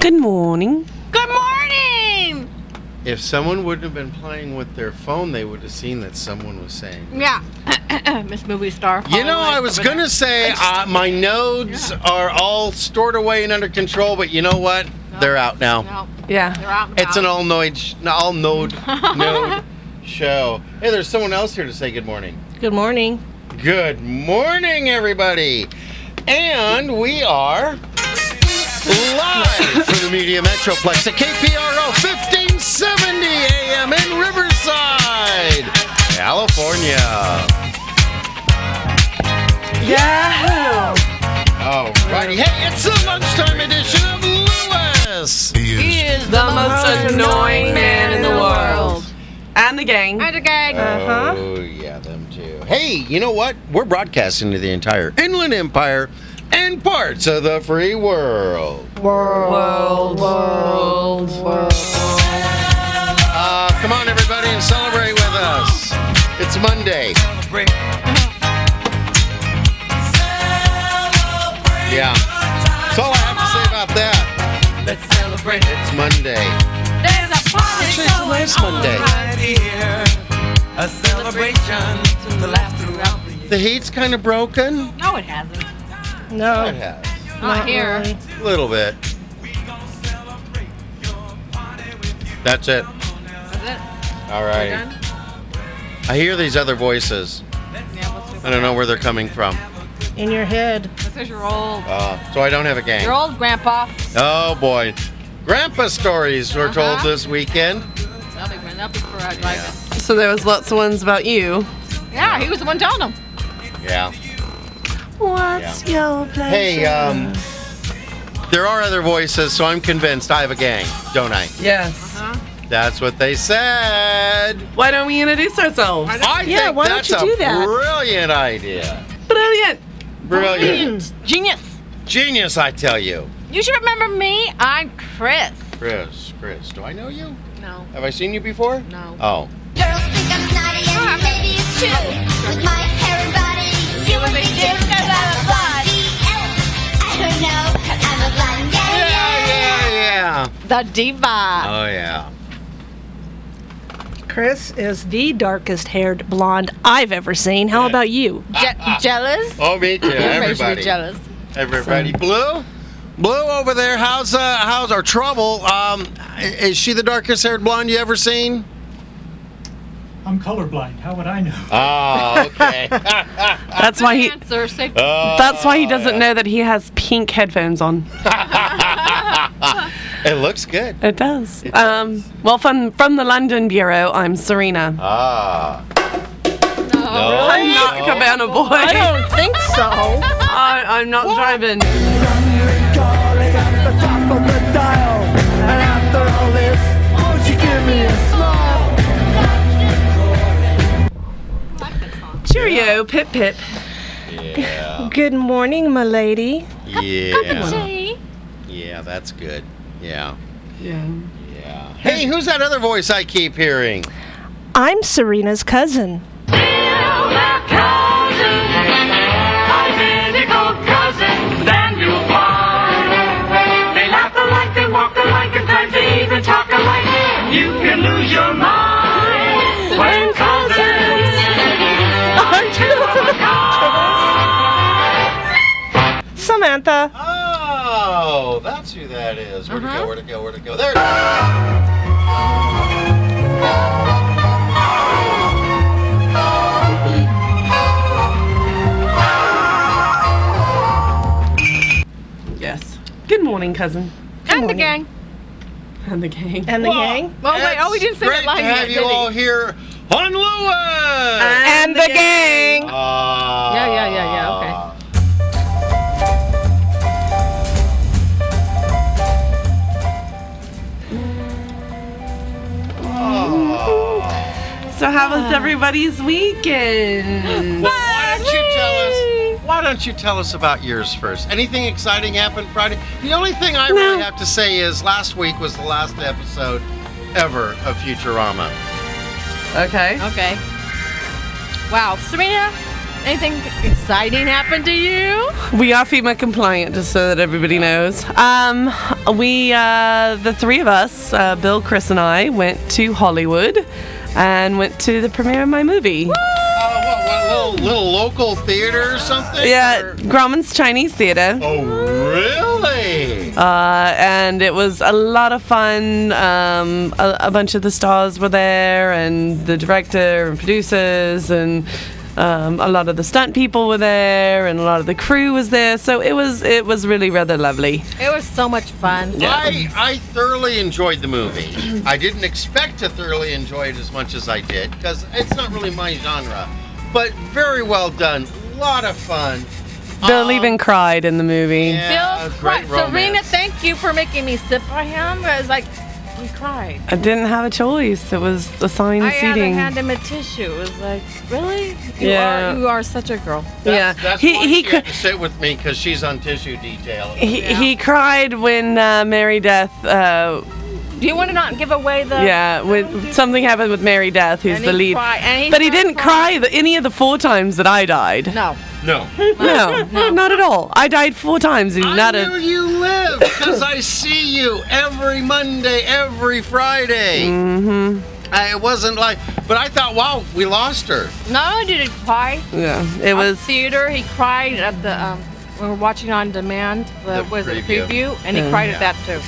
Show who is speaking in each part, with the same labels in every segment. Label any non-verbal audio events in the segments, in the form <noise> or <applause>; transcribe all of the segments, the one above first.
Speaker 1: Good morning.
Speaker 2: Good morning!
Speaker 3: If someone wouldn't have been playing with their phone, they would have seen that someone was saying.
Speaker 2: Yeah. <coughs> Miss Movie Star.
Speaker 3: You know,
Speaker 2: Hollywood
Speaker 3: I was
Speaker 2: over
Speaker 3: going to say uh, my nodes are all stored away and under control, but you know what? They're out now.
Speaker 2: there. No,
Speaker 1: Yeah.
Speaker 2: they're out and
Speaker 3: It's an
Speaker 2: about.
Speaker 3: all node, sh- all <laughs> node, node show. Hey, there's someone else here to say good morning.
Speaker 1: Good morning.
Speaker 3: Good morning, everybody. And we are live from the Media Metroplex at KPRO 1570 AM in Riverside, California.
Speaker 1: Yeah.
Speaker 3: All righty. Hey, it's the lunchtime edition of Lewis.
Speaker 2: He is
Speaker 1: The most annoying man in the world. And the gang.
Speaker 2: And a gang.
Speaker 1: Uh-huh.
Speaker 3: Oh, yeah, them too. Hey, you know what? We're broadcasting to the entire Inland Empire and parts of the free world.
Speaker 1: World. World. World.
Speaker 3: Uh, come on, everybody, and celebrate with us. It's Monday. Yeah. That's all I have to say about that.
Speaker 4: Let's celebrate it.
Speaker 3: It's Monday.
Speaker 2: There's a party
Speaker 3: Actually, it's the
Speaker 2: going
Speaker 3: last Monday.
Speaker 4: Right here. A celebration to last throughout the year.
Speaker 3: The heat's kind of broken.
Speaker 2: on. No, it hasn't.
Speaker 3: It
Speaker 2: Oh.
Speaker 1: No.
Speaker 3: has.
Speaker 2: Not, here.
Speaker 3: A little bit. That's it.
Speaker 2: Is it?
Speaker 3: All
Speaker 2: We're
Speaker 3: right.
Speaker 2: done?
Speaker 3: I hear these other voices.
Speaker 2: Yeah, let's do
Speaker 3: I don't know where they're coming from.
Speaker 1: In your head.
Speaker 2: This is your old,
Speaker 3: Uh, so I don't have a gang.
Speaker 2: your old grandpa.
Speaker 3: Oh boy. Grandpa stories were told
Speaker 2: Uh-huh.
Speaker 3: this weekend.
Speaker 2: That'll be, that'll be correct, like
Speaker 3: Yeah.
Speaker 2: it.
Speaker 1: So there was lots of ones about you.
Speaker 2: yeah, he was the one telling him.
Speaker 3: Yeah.
Speaker 1: What's your pleasure?
Speaker 3: Hey, um, there are other voices, so I'm convinced I have a gang, don't I?
Speaker 1: Yes.
Speaker 2: Huh?
Speaker 3: That's what they said.
Speaker 1: Why don't we introduce ourselves?
Speaker 3: I
Speaker 1: yeah,
Speaker 3: think
Speaker 1: why
Speaker 3: that's
Speaker 1: don't you
Speaker 3: a
Speaker 1: do that?
Speaker 3: brilliant idea.
Speaker 1: Brilliant.
Speaker 3: Brilliant.
Speaker 2: Genius.
Speaker 3: Genius, I tell you.
Speaker 2: You should remember me. I'm Chris.
Speaker 3: Chris, Chris, do I know you?
Speaker 2: No,
Speaker 3: Have I seen you before?
Speaker 2: no.
Speaker 3: Oh.
Speaker 5: Girls think I'm snotty and
Speaker 3: Ah.
Speaker 5: maybe it's true. With my hair and body, you would be too. Cause I'm a blonde. I don't know, cause I'm a blonde. Yeah,
Speaker 3: Yeah, yeah, yeah.
Speaker 2: The diva.
Speaker 3: Oh, yeah.
Speaker 6: Chris is the darkest haired blonde I've ever seen. How about you?
Speaker 2: Je- jealous?
Speaker 3: Oh, me too.
Speaker 2: Everybody should
Speaker 3: Everybody.
Speaker 2: be jealous.
Speaker 3: Everybody. Blue? Blue over there. How's, uh, how's our trouble? Um, is she the darkest haired blonde you ever seen?
Speaker 7: I'm colorblind. How would I know?
Speaker 3: Oh, <laughs> okay.
Speaker 1: That's why he.
Speaker 2: Answer, say-
Speaker 1: That's why he
Speaker 3: Uh,
Speaker 1: doesn't know that he has pink headphones on.
Speaker 3: It looks good.
Speaker 1: It does. Um, well, from from the London bureau, I'm Serena.
Speaker 3: Ah.
Speaker 2: no.
Speaker 1: I'm not
Speaker 3: Oh.
Speaker 1: Cabana Boy. I don't think so. <laughs> I, am not driving. Cheerio, pip pip. <laughs>
Speaker 3: Yeah.
Speaker 6: Good morning, my lady.
Speaker 3: Yeah.
Speaker 2: Hey.
Speaker 3: Yeah, that's good. Yeah.
Speaker 1: Yeah.
Speaker 3: Yeah. Hey, who's that other voice I keep hearing?
Speaker 6: I'm Serena's cousin.
Speaker 8: identical cousins, and you'll find they laugh alike, they walk alike, and times they even talk alike. You can lose your mind when cousins are two of a kind.
Speaker 6: Samantha.
Speaker 3: Oh, that's who that is. Where
Speaker 1: Uh-huh.
Speaker 3: to go? Where to go? Where to go? There. it is.
Speaker 1: Yes. Good morning, cousin.
Speaker 2: And the gang.
Speaker 1: And the gang.
Speaker 6: And the
Speaker 3: Whoa.
Speaker 6: gang.
Speaker 2: Well, wait, oh, we didn't say
Speaker 3: Great
Speaker 2: that line
Speaker 3: to
Speaker 2: yet,
Speaker 3: have you
Speaker 2: did we?
Speaker 3: all here on Lewis.
Speaker 6: And the gang.
Speaker 3: Ah.
Speaker 2: Yeah, yeah, yeah, yeah, okay.
Speaker 3: Ah.
Speaker 1: So how was everybody's weekend?
Speaker 3: Well, why don't you tell us? Why don't you tell us about yours first? Anything exciting happened Friday? The only thing I really have to say is last week was the last episode ever of Futurama.
Speaker 1: <laughs> Okay.
Speaker 2: Okay. Wow, Serena, Anything exciting happened to you?
Speaker 1: We are FEMA compliant, just so that everybody knows. Um, we, uh, the three of us, uh, Bill, Chris, and I, went to Hollywood and went to the premiere of my movie.
Speaker 3: Uh, what, what, little, little local theater or something?
Speaker 1: Yeah,
Speaker 3: Or-
Speaker 1: Grauman's Chinese Theater.
Speaker 3: Oh, really?
Speaker 1: Uh, and it was a lot of fun. Um, a, a bunch of the stars were there, and the director and producers, and um, a lot of the stunt people were there, and a lot of the crew was there. So it was it was really rather lovely.
Speaker 2: It was so much fun.
Speaker 3: I, I thoroughly enjoyed the movie.
Speaker 1: <clears throat>
Speaker 3: I didn't expect to thoroughly enjoy it as much as I did because it's not really my genre, but very well done. A lot of fun.
Speaker 1: Bill
Speaker 3: Um,
Speaker 1: even cried in the movie.
Speaker 3: yeah,
Speaker 2: Bill,
Speaker 3: great
Speaker 2: cried. Serena,
Speaker 3: romance.
Speaker 2: thank you for making me sit by him. I was like, he cried.
Speaker 1: I didn't have a choice. It was assigned
Speaker 2: I had to
Speaker 1: seating.
Speaker 2: hand him a tissue. It was like, really? You
Speaker 1: Yeah.
Speaker 2: are you are such a girl.
Speaker 1: yeah,
Speaker 3: That's, that's
Speaker 1: he
Speaker 3: why
Speaker 1: he
Speaker 3: she had
Speaker 1: cr-
Speaker 3: to sit with me because she's on tissue detail.
Speaker 1: he,
Speaker 2: Yeah.
Speaker 1: he cried when uh, Mary Death. Uh,
Speaker 2: Do you want to not give away the?
Speaker 1: yeah, when something happened with Mary Death, who's
Speaker 2: And
Speaker 1: the
Speaker 2: he
Speaker 1: lead.
Speaker 2: cried- and
Speaker 1: But he
Speaker 2: started
Speaker 1: didn't
Speaker 2: crying.
Speaker 1: cry the, any of the four times that I died.
Speaker 2: No.
Speaker 3: No.
Speaker 1: <laughs> No, not at all. I died four times. and
Speaker 3: I
Speaker 1: not
Speaker 3: knew
Speaker 1: a.
Speaker 3: you live because I see you every Monday, every Friday. Mm-hmm. I, it wasn't like, but I thought, wow, we lost her.
Speaker 2: Not only did he cry
Speaker 1: Yeah, it
Speaker 2: at the
Speaker 1: was.
Speaker 2: theater, he cried at the um, we were watching on demand. The,
Speaker 3: The
Speaker 2: was it
Speaker 3: preview.
Speaker 2: preview? And he cried at that too.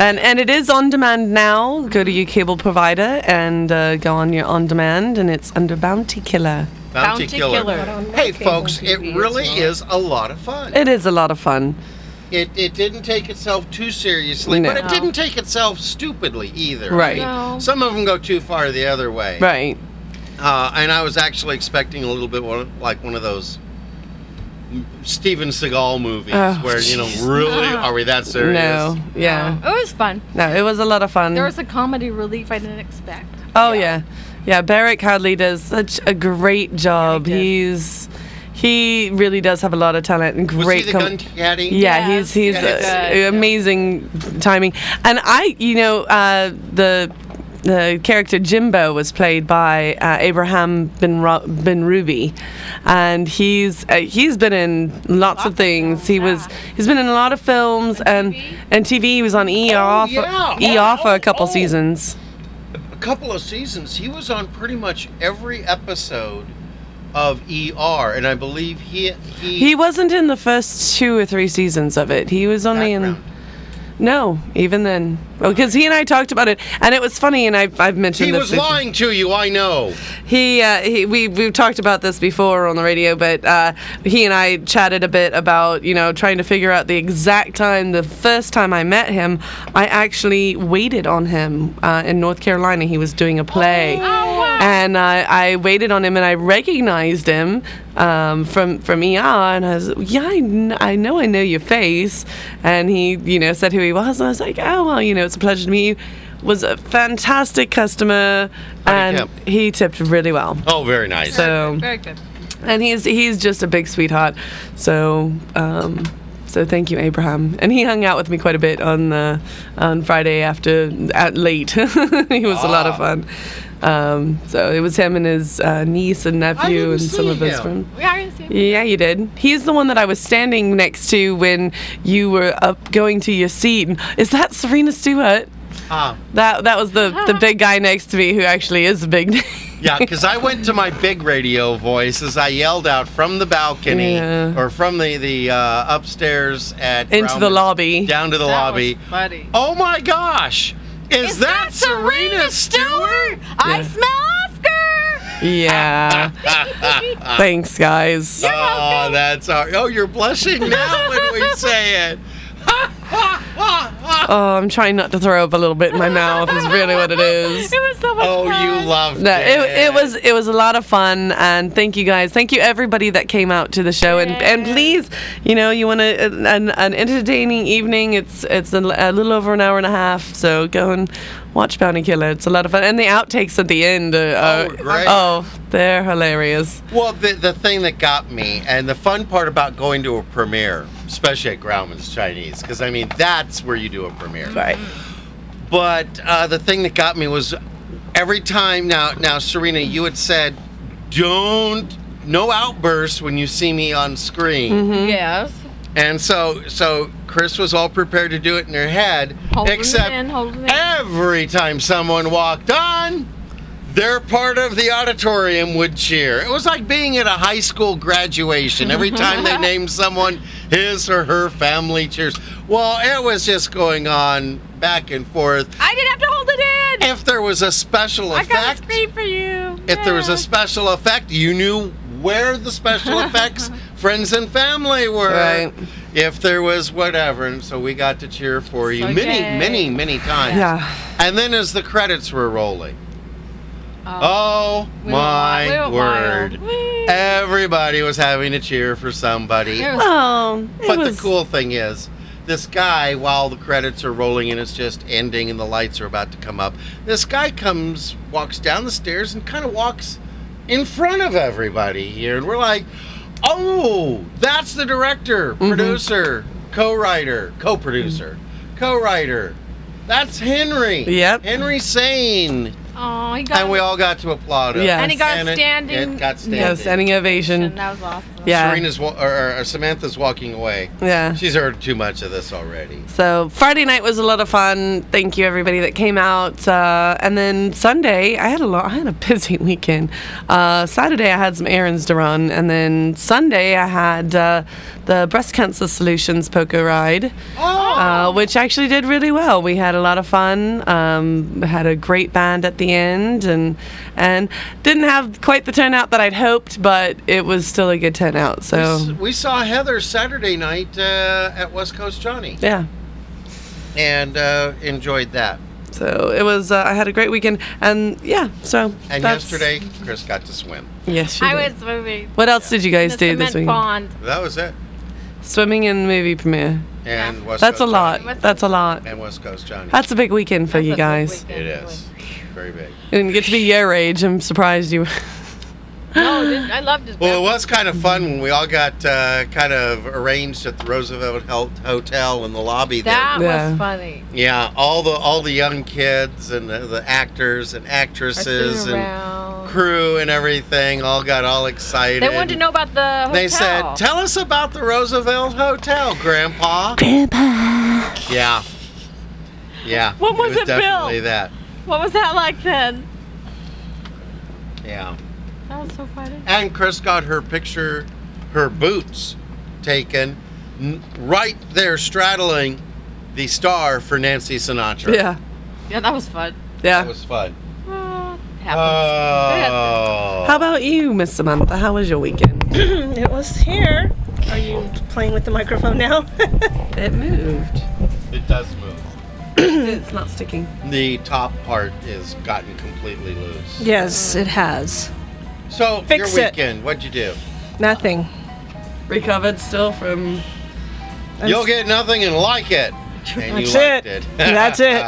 Speaker 1: And and it is on demand now. Go to your cable provider and uh, go on your on demand, and it's under Bounty Killer.
Speaker 2: Bounty Killer.
Speaker 3: Hey, folks, it really is a lot of fun.
Speaker 1: It is a lot of fun.
Speaker 3: It, it didn't take itself too seriously,
Speaker 1: No.
Speaker 3: but it didn't take itself stupidly either.
Speaker 1: Right.
Speaker 2: No.
Speaker 3: Some of them go too far the other way.
Speaker 1: Right.
Speaker 3: Uh, and I was actually expecting a little bit one, like one of those Steven Seagal movies
Speaker 1: Oh,
Speaker 3: where, you know, really? Are we that serious?
Speaker 1: No. Yeah.
Speaker 2: It was fun.
Speaker 1: No, it was a lot of fun.
Speaker 2: There was a comedy relief I didn't expect.
Speaker 1: oh yeah, yeah. Barrett Hadley does such a great job.
Speaker 2: did.
Speaker 1: He's he really does have a lot of talent and
Speaker 3: Was
Speaker 1: great.
Speaker 3: he the
Speaker 1: com-
Speaker 3: gun caddy?
Speaker 1: yeah,
Speaker 2: Yes,
Speaker 1: he's he's
Speaker 2: he's
Speaker 1: uh,
Speaker 2: good.
Speaker 1: amazing timing, and I, you know, uh, the the character Jimbo was played by uh, Abraham Ben Ru- Ben Ruby, and he's uh, he's been in lots, of things. He was he's been in a lot of films and and TV. He was on ER for,
Speaker 3: Oh, yeah.
Speaker 1: ER for
Speaker 3: Oh,
Speaker 1: a couple
Speaker 3: oh.
Speaker 1: seasons.
Speaker 3: a couple of seasons, he was on pretty much every episode of ER, and I believe he he,
Speaker 1: He wasn't in the first two or three seasons of it. He was only in.
Speaker 3: background.
Speaker 1: No, even then. Because he and I talked about it, and it was funny, and I've, I've mentioned
Speaker 3: He
Speaker 1: this.
Speaker 3: was
Speaker 1: before.
Speaker 3: lying to you, I know.
Speaker 1: He, uh, he we, we've talked about this before on the radio, but uh, he and I chatted a bit about, you know, trying to figure out the exact time. The first time I met him, I actually waited on him uh, in North Carolina. He was doing a play. And uh, I waited on him and I recognized him um, from, from ER. And I was, yeah, I, kn- I know I know your face. And he, you know, said who he was. And I was like, oh, well, you know, it's a pleasure to meet you. Was a fantastic customer.
Speaker 3: How'd
Speaker 1: and
Speaker 3: he
Speaker 1: he tipped really well.
Speaker 3: Oh, very nice.
Speaker 1: So,
Speaker 2: Very good.
Speaker 1: and he's he's just a big sweetheart. So, um, so thank you, Abraham. And he hung out with me quite a bit on the on Friday after at late. <laughs> he was a lot
Speaker 3: Ah.
Speaker 1: of fun. Um, so it was him and his uh, niece and nephew
Speaker 3: didn't
Speaker 1: and some
Speaker 3: see
Speaker 1: of his
Speaker 3: him.
Speaker 1: friends.
Speaker 2: We are gonna see him.
Speaker 1: Yeah, you did. He's the one that I was standing next to when you were up going to your seat. And, Is that Serena Stewart?
Speaker 3: Ah,
Speaker 1: That that was the the big guy next to me who actually is big. <laughs>
Speaker 3: yeah, because I went to my big radio voice as I yelled out from the balcony
Speaker 1: Yeah.
Speaker 3: or from the the uh, upstairs at
Speaker 1: Into the
Speaker 3: Grauman's-
Speaker 1: lobby.
Speaker 3: down to the
Speaker 2: That
Speaker 3: lobby.
Speaker 2: was funny.
Speaker 3: Oh my gosh, Oh, is,
Speaker 2: Is
Speaker 3: that,
Speaker 2: that Serena
Speaker 3: Serena Stewart?
Speaker 2: I smell
Speaker 3: <laughs>
Speaker 1: yeah.
Speaker 2: Oscar.
Speaker 1: Thanks, guys.
Speaker 3: Oh, that's all. Oh, you're blushing now when we say it.
Speaker 1: Oh, I'm trying not to throw up a little bit in my mouth. Is really what it is.
Speaker 2: <laughs> it was so much
Speaker 3: Oh,
Speaker 2: fun.
Speaker 3: you loved
Speaker 1: No, it, it
Speaker 3: it.
Speaker 1: was it was a lot of fun, and thank you guys. Thank you everybody that came out to the show, and, and please, you know, you want a, an, an entertaining evening. It's it's a, l- a little over an hour and a half, so go and watch Bounty Killer. It's a lot of fun, and the outtakes at the end. Are, are,
Speaker 3: Oh, great.
Speaker 1: oh, they're hilarious.
Speaker 3: Well, the, the thing that got me, and the fun part about going to a premiere, especially at Grauman's Chinese, because I mean, that's where you do a premiere.
Speaker 1: Right.
Speaker 3: But uh, the thing that got me was every time now, now Serena, you had said, don't no outbursts when you see me on screen.
Speaker 2: Mm-hmm. Yes.
Speaker 3: And so, so Chris was all prepared to do it in her head,
Speaker 2: Hold
Speaker 3: except
Speaker 2: it in, hold it in.
Speaker 3: every time someone walked on, their part of the auditorium would cheer. It was like being at a high school
Speaker 2: <laughs>
Speaker 3: graduation. Every time they named someone, his or her family cheers. Well, it was just going on back and forth.
Speaker 2: I didn't have to hold it in.
Speaker 3: If there was a special
Speaker 2: I got
Speaker 3: effect,
Speaker 2: a screen for you.
Speaker 3: if there was a special effect, you knew where
Speaker 2: <laughs>
Speaker 3: the special effects friends and family were.
Speaker 1: Right.
Speaker 3: If there was whatever, and so we got to cheer for you
Speaker 2: So
Speaker 3: many,
Speaker 2: yay.
Speaker 3: many, many times.
Speaker 1: Yeah.
Speaker 3: And then as the credits were rolling,
Speaker 2: Oh,
Speaker 3: oh
Speaker 2: we went
Speaker 3: my
Speaker 2: wild, we
Speaker 3: word.
Speaker 2: went wild. Whee!
Speaker 3: Everybody was having to cheer for somebody.
Speaker 2: There was-
Speaker 6: Um,
Speaker 1: Oh, it
Speaker 3: <laughs> But
Speaker 1: was-
Speaker 3: the cool thing is, this guy, while the credits are rolling and it's just ending and the lights are about to come up, this guy comes, walks down the stairs and kind of walks in front of everybody here. And we're like, oh, that's the director,
Speaker 1: Mm-hmm.
Speaker 3: producer, co writer, co producer, co writer. That's Henry.
Speaker 1: Yep.
Speaker 3: Henry Sane.
Speaker 2: oh, he got
Speaker 3: And we all got to applaud him.
Speaker 1: Yes. And he
Speaker 2: got a
Speaker 3: it-
Speaker 2: standing-
Speaker 3: It, got standing.
Speaker 1: Yeah, standing
Speaker 2: and
Speaker 1: ovation.
Speaker 2: that was awesome.
Speaker 1: Yeah.
Speaker 3: Serena's wa- or, or Samantha's walking away.
Speaker 1: Yeah.
Speaker 3: She's heard too much of this already.
Speaker 1: So Friday night was a lot of fun. Thank you everybody that came out. Uh, and then Sunday, I had a lot. I had a <laughs> busy weekend. Uh, Saturday, I had some errands to run, and then Sunday, I had uh, the Breast Cancer Solutions Poker Ride, uh, which actually did really well. We had a lot of fun. Um, had a great band at the end, and and didn't have quite the turnout that I'd hoped, but it was still a good turnout.
Speaker 3: We s-
Speaker 1: So
Speaker 3: We saw Heather Saturday night uh, at West Coast Johnny
Speaker 1: yeah.
Speaker 3: and uh, enjoyed that.
Speaker 1: So it was. Uh, I had a great weekend, and yeah. So
Speaker 3: And
Speaker 1: that's-
Speaker 3: yesterday, Chris got to swim.
Speaker 1: yes, she
Speaker 2: I
Speaker 1: did.
Speaker 2: was moving.
Speaker 1: What else did you guys
Speaker 2: the
Speaker 1: do this
Speaker 2: cement
Speaker 1: weekend?
Speaker 2: Bond.
Speaker 3: That was it.
Speaker 1: Swimming and movie premiere.
Speaker 3: And West
Speaker 1: That's a
Speaker 3: Coast
Speaker 1: lot.
Speaker 3: Johnny.
Speaker 1: That's a lot.
Speaker 3: And West Coast Johnny.
Speaker 1: That's a big weekend for
Speaker 2: That's
Speaker 1: you
Speaker 2: a big
Speaker 1: guys.
Speaker 2: weekend.
Speaker 3: it is very big.
Speaker 1: And you get to be your age. I'm surprised you.
Speaker 2: No, it didn't- I loved his
Speaker 3: Well, it was kind of fun when we all got uh, kind of arranged at the Roosevelt Health Hotel in the lobby there.
Speaker 2: That
Speaker 1: Yeah.
Speaker 2: was funny.
Speaker 3: Yeah, all the all the young kids and the, the actors and actresses
Speaker 2: Racing
Speaker 3: and
Speaker 2: around.
Speaker 3: crew and everything all got all excited.
Speaker 2: They wanted to know about the hotel.
Speaker 3: They said, "Tell us about the Roosevelt Hotel, Grandpa." Grandpa. Yeah. Yeah.
Speaker 2: When was it built?
Speaker 3: Definitely that.
Speaker 2: what was that like then?
Speaker 3: Yeah.
Speaker 2: That was so funny.
Speaker 3: And Chris got her picture, her boots, taken n- right there, straddling the star for Nancy
Speaker 1: <laughs>
Speaker 3: Sinatra.
Speaker 1: yeah.
Speaker 2: Yeah, that was fun.
Speaker 3: That
Speaker 1: Yeah.
Speaker 3: was fun. Uh,
Speaker 2: Oh, it Uh, happened.
Speaker 3: Oh.
Speaker 1: How about you, Miss Samantha? How was your weekend?
Speaker 6: <clears throat> It was here. Are you playing with the microphone now? <laughs>
Speaker 1: It <clears throat> moved.
Speaker 3: it does move.
Speaker 1: it's not sticking.
Speaker 3: The top part is gotten completely loose.
Speaker 6: yes, it has.
Speaker 3: So
Speaker 6: Fix
Speaker 3: your
Speaker 6: it.
Speaker 3: weekend, what'd you do?
Speaker 6: Nothing.
Speaker 1: Recovered still from.
Speaker 6: I'm
Speaker 3: You'll
Speaker 6: s-
Speaker 3: get nothing and like it. And you liked
Speaker 6: That's it.
Speaker 3: it.
Speaker 6: <laughs> That's it.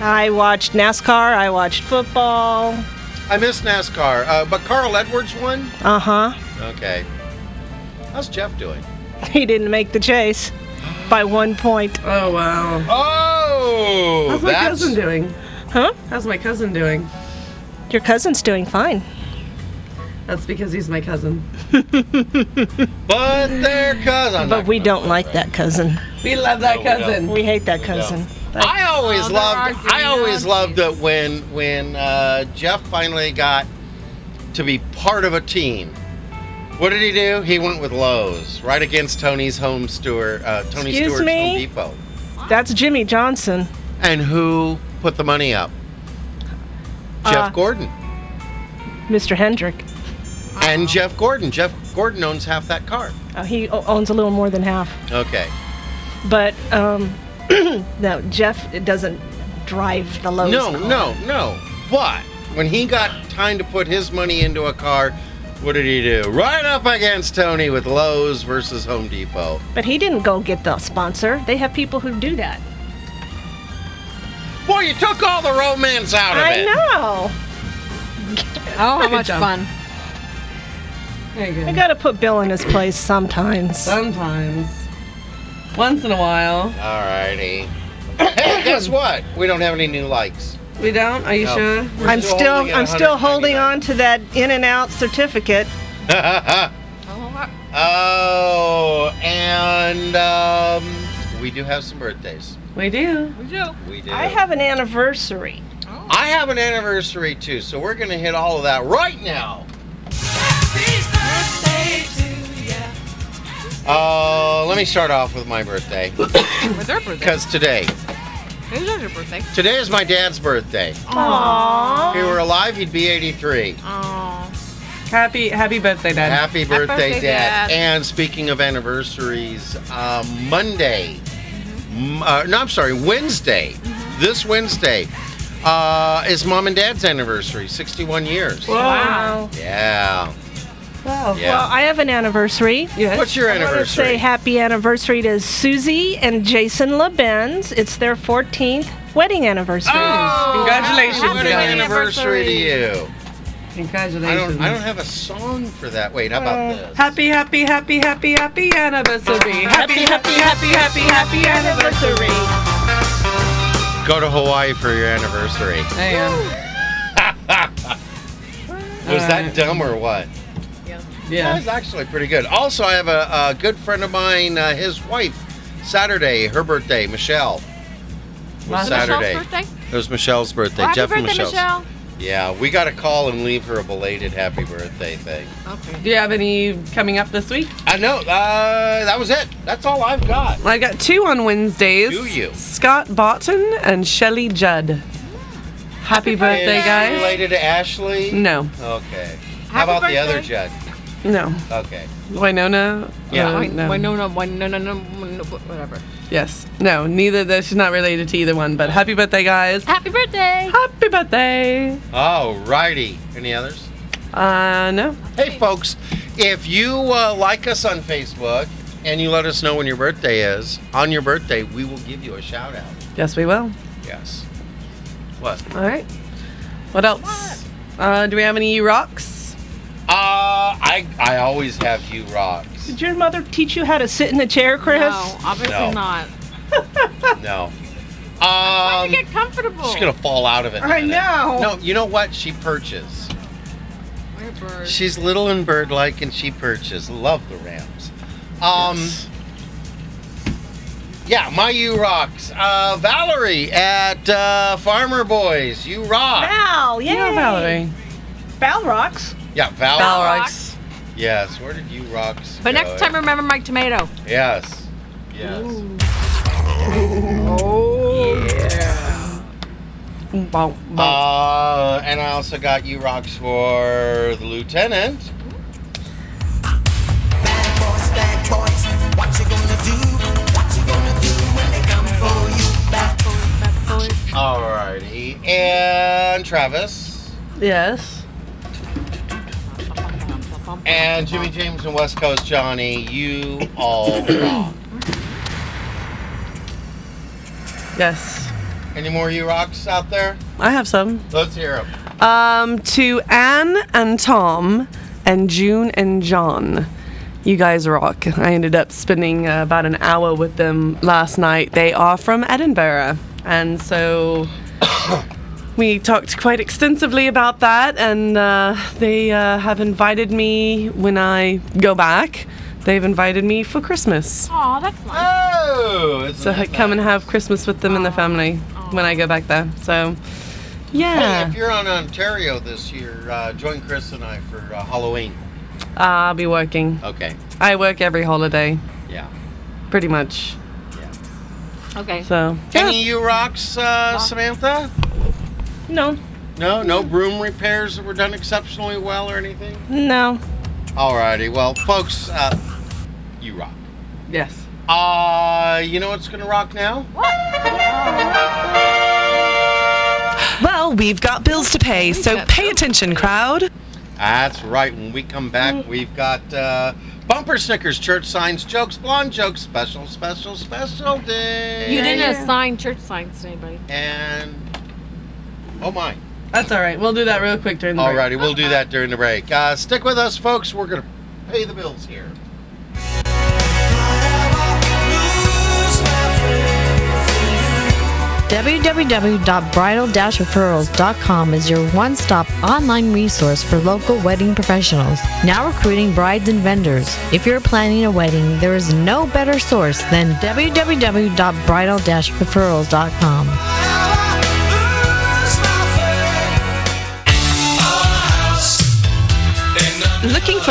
Speaker 6: I watched NASCAR. I watched football.
Speaker 3: <laughs> I missed NASCAR, uh, but Carl Edwards won.
Speaker 6: Uh huh.
Speaker 3: Okay. How's Jeff doing?
Speaker 6: <laughs> He didn't make the chase by one point.
Speaker 1: Oh wow.
Speaker 3: Oh,
Speaker 1: How's my cousin doing?
Speaker 6: Huh?
Speaker 1: How's my cousin doing?
Speaker 6: Your cousin's doing fine.
Speaker 1: That's because he's my cousin.
Speaker 3: but their cousin.
Speaker 6: But we don't like that cousin.
Speaker 1: We love
Speaker 3: Oh,
Speaker 1: that cousin.
Speaker 6: We hate that cousin.
Speaker 3: I always
Speaker 2: Oh, there are
Speaker 3: loved. I always
Speaker 2: genealogies.
Speaker 3: loved it when when uh, Jeff finally got to be part of a team. What did he do? He went with Lowe's right against Tony's Home Stewart. Uh, Tony
Speaker 6: Excuse
Speaker 3: Stewart's
Speaker 6: me?
Speaker 3: Home Depot.
Speaker 6: That's Jimmy Johnson.
Speaker 3: And who put the money up? Jeff
Speaker 6: Uh,
Speaker 3: Gordon.
Speaker 6: Mr. Hendrick.
Speaker 3: And Jeff Gordon. Jeff Gordon owns half that car.
Speaker 6: Uh, he o- owns a little more than half.
Speaker 3: Okay.
Speaker 6: But um, <clears throat> no, Jeff doesn't drive the Lowe's.
Speaker 3: No,
Speaker 6: car.
Speaker 3: no, no. But when he got time to put his money into a car, what did he do? Right up against Tony with Lowe's versus Home Depot.
Speaker 6: But he didn't go get the sponsor. They have people who do that.
Speaker 3: Boy, you took all the romance out of
Speaker 6: I
Speaker 3: it.
Speaker 6: know.
Speaker 2: Oh, how much fun.
Speaker 1: There you
Speaker 6: I gotta put Bill in his place sometimes.
Speaker 1: Sometimes. Once in a while.
Speaker 3: Alrighty. <coughs> hey, guess what? We don't have any new likes.
Speaker 1: We don't? Are you
Speaker 3: No.
Speaker 1: sure?
Speaker 3: We're
Speaker 6: I'm still
Speaker 3: holding at
Speaker 6: I'm still holding
Speaker 3: 199.
Speaker 6: on to that in and out certificate
Speaker 3: <laughs>
Speaker 2: Oh,
Speaker 3: oh, and um, we do have some birthdays.
Speaker 1: We do.
Speaker 2: we do.
Speaker 3: We do.
Speaker 6: I have an anniversary.
Speaker 3: I have an anniversary too, so we're gonna hit all of that right now. Uh, let me start off with my birthday
Speaker 2: With their birthday.
Speaker 3: because today,
Speaker 2: It is your birthday.
Speaker 3: today is my dad's birthday. If he
Speaker 6: Oh.
Speaker 3: were alive, he'd be 83.
Speaker 2: Oh.
Speaker 1: Happy happy birthday, Dad.
Speaker 3: Happy birthday,
Speaker 2: birthday,
Speaker 3: Dad.
Speaker 2: Dad.
Speaker 3: And speaking of anniversaries, uh, Monday, m- uh, no, I'm sorry, Wednesday, this Wednesday, uh, is mom and dad's anniversary, 61 years.
Speaker 6: Wow.
Speaker 3: Yeah.
Speaker 6: Wow.
Speaker 3: Yeah.
Speaker 6: Well, I have an anniversary.
Speaker 1: Yes.
Speaker 3: What's your
Speaker 6: I want to say
Speaker 3: anniversary?
Speaker 6: happy anniversary to Susie and Jason LeBenz. It's their 14th wedding anniversary. Oh.
Speaker 1: Congratulations,
Speaker 3: happy wedding
Speaker 1: guys.
Speaker 3: anniversary to you.
Speaker 1: Congratulations.
Speaker 3: I don't, I don't have a song for that. Wait, how about this?
Speaker 1: Happy, happy, happy, happy, happy anniversary. Happy, happy, happy, happy, happy anniversary.
Speaker 3: Go to Hawaii for your anniversary.
Speaker 1: Hang on.
Speaker 3: Was that
Speaker 1: Alright.
Speaker 3: dumb or what? That
Speaker 1: Yeah.
Speaker 3: was actually pretty good. Also, I have a, a good friend of mine, uh, his wife, Saturday, her birthday, Michelle.
Speaker 1: Wow.
Speaker 3: Was Saturday.
Speaker 2: Michelle's birthday?
Speaker 3: It was Michelle's birthday.
Speaker 2: Happy
Speaker 3: Jeff and
Speaker 2: birthday,
Speaker 3: Michelle's.
Speaker 2: Michelle.
Speaker 3: Yeah, we got to call and leave her a belated happy birthday thing.
Speaker 2: Okay.
Speaker 1: Do you have any coming up this week?
Speaker 3: I know. Uh, that was it. That's all I've got.
Speaker 1: I got two on Wednesdays.
Speaker 3: Do you?
Speaker 1: Scott Barton and Shelley Judd. Happy, birthday,
Speaker 3: Is she
Speaker 1: guys.
Speaker 3: Related to Ashley?
Speaker 1: No,
Speaker 3: Okay. How
Speaker 2: Mm. Happy
Speaker 3: about the other
Speaker 2: birthday.
Speaker 3: Judd?
Speaker 1: no.
Speaker 3: Okay.
Speaker 1: Winona.
Speaker 3: Yeah.
Speaker 1: uh,
Speaker 2: Why,
Speaker 1: no.
Speaker 2: why, no, no, why, no, no, no, no, whatever.
Speaker 1: Yes. No. Neither. that- She's not related to either one. But happy birthday, guys.
Speaker 2: Happy birthday!
Speaker 1: Happy birthday.
Speaker 3: Alrighty. Any others?
Speaker 1: Uh, no.
Speaker 3: Hey, folks, if you uh, like us on Facebook and you let us know when your birthday is, on your birthday, we will give you a shout out.
Speaker 1: Yes, we will.
Speaker 3: Yes. What? Uh,
Speaker 1: All right. What else? Uh, do we have any you rocks?
Speaker 3: Uh, I I always have you rocks.
Speaker 6: <laughs> Did your mother teach you how to sit in the chair, Chris?
Speaker 2: No, obviously
Speaker 3: No. Um,
Speaker 2: not.
Speaker 3: No.
Speaker 2: Um,
Speaker 3: Um,
Speaker 2: get comfortable.
Speaker 3: she's gonna fall out of it. in a
Speaker 6: I
Speaker 3: minute.
Speaker 6: know.
Speaker 3: No, you know what? She perches.
Speaker 2: We're birds.
Speaker 3: She's little and bird-like, and she perches. Love the Rams. Um. Yeah, my you rocks. Uh, Valerie at uh, Farmer Boys, you rock.
Speaker 6: Val, yay.
Speaker 1: Yeah, Valerie.
Speaker 6: Val rocks.
Speaker 3: Yeah, Val.
Speaker 1: Val rocks.
Speaker 3: Yes. Where did you rocks?
Speaker 2: But
Speaker 3: go?
Speaker 2: next time, remember Mike Tomato.
Speaker 3: Yes. Yes.
Speaker 1: Wow, wow.
Speaker 3: Uh, and I also got you rocks for the lieutenant. Alrighty. And Travis.
Speaker 1: yes.
Speaker 3: And Jimmy James and West Coast Johnny, you all rock.
Speaker 1: Yes.
Speaker 3: Any more you rocks out there?
Speaker 1: I have some.
Speaker 3: Let's hear them.
Speaker 1: Um, to Anne and Tom and June and John. You guys rock. I ended up spending uh, about an hour with them last night. They are from Edinburgh. And so <coughs> we talked quite extensively about that. And uh, they uh, have invited me when I go back. They've invited me for Christmas.
Speaker 2: Aw, that's nice.
Speaker 3: Oh, it's
Speaker 1: So I come and have Christmas with them and the family when I go back there. So,
Speaker 3: Hey,
Speaker 1: yeah.
Speaker 3: if you're on Ontario this year, uh, join Chris and I for uh, Halloween.
Speaker 1: I'll be working.
Speaker 3: Okay.
Speaker 1: I work every holiday,
Speaker 3: Yeah.
Speaker 1: pretty much.
Speaker 2: Okay.
Speaker 1: So
Speaker 3: Any you rocks, uh, Samantha?
Speaker 6: No,
Speaker 3: No, no broom repairs that were done exceptionally well or anything.
Speaker 6: no.
Speaker 3: Alrighty, well, folks, uh, you rock.
Speaker 1: yes,
Speaker 3: Uh, you know what's gonna rock now?
Speaker 9: Well, we've got bills to pay, so pay attention, crowd.
Speaker 3: That's right. When we come
Speaker 2: Mm.
Speaker 3: back, we've got uh, bumper stickers, church signs, jokes, blonde jokes, special, special, special day.
Speaker 2: you didn't assign church signs to anybody.
Speaker 3: And oh my.
Speaker 1: that's all right. We'll do that real quick during the break.
Speaker 3: Alrighty, we'll do that during the break. Uh, stick with us, folks. We're gonna pay the bills here.
Speaker 10: www.bridal-referrals.com is your one-stop online resource for local wedding professionals, now recruiting brides and vendors. If you're planning a wedding, there is no better source than www.bridal-referrals.com.
Speaker 1: Looking for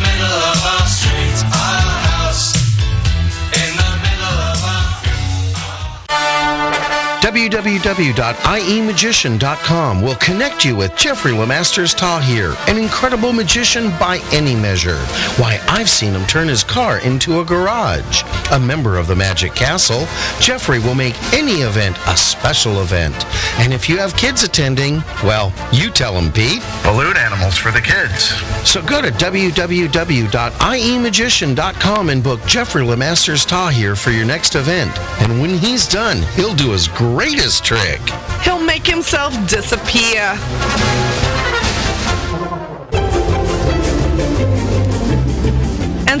Speaker 11: middle of our street, our house. In the middle of our.
Speaker 3: E www.iemagician.com will connect you with Jeffrey Lemasters Tahir, an incredible magician by any measure. Why, I've seen him turn his car into a garage. A member of the Magic Castle, Jeffrey will make any event a special event. And if you have kids attending, well, you tell them, Pete.
Speaker 12: Balloon animals for the kids.
Speaker 3: So go to E www.iemagician.com and book Jeffrey Lemasters Tahir for your next event. And when he's done, he'll do his greatest trick.
Speaker 1: He'll make himself disappear. And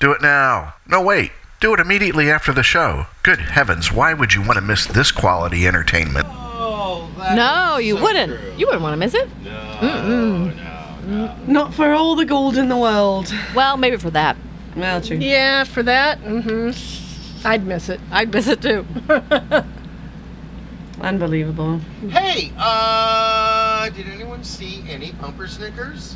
Speaker 12: Do it now. No, wait. Do it immediately after the show. Good heavens, why would you want to miss this quality entertainment?
Speaker 2: No, you wouldn't. You wouldn't want to miss it.
Speaker 13: Not for all the gold in the world.
Speaker 2: Well, maybe for that.
Speaker 13: Well, true.
Speaker 6: Yeah, for that, mm-hmm. I'd miss it.
Speaker 2: I'd miss it too.
Speaker 13: Unbelievable.
Speaker 3: Hey, uh, did anyone see any bumper snickers?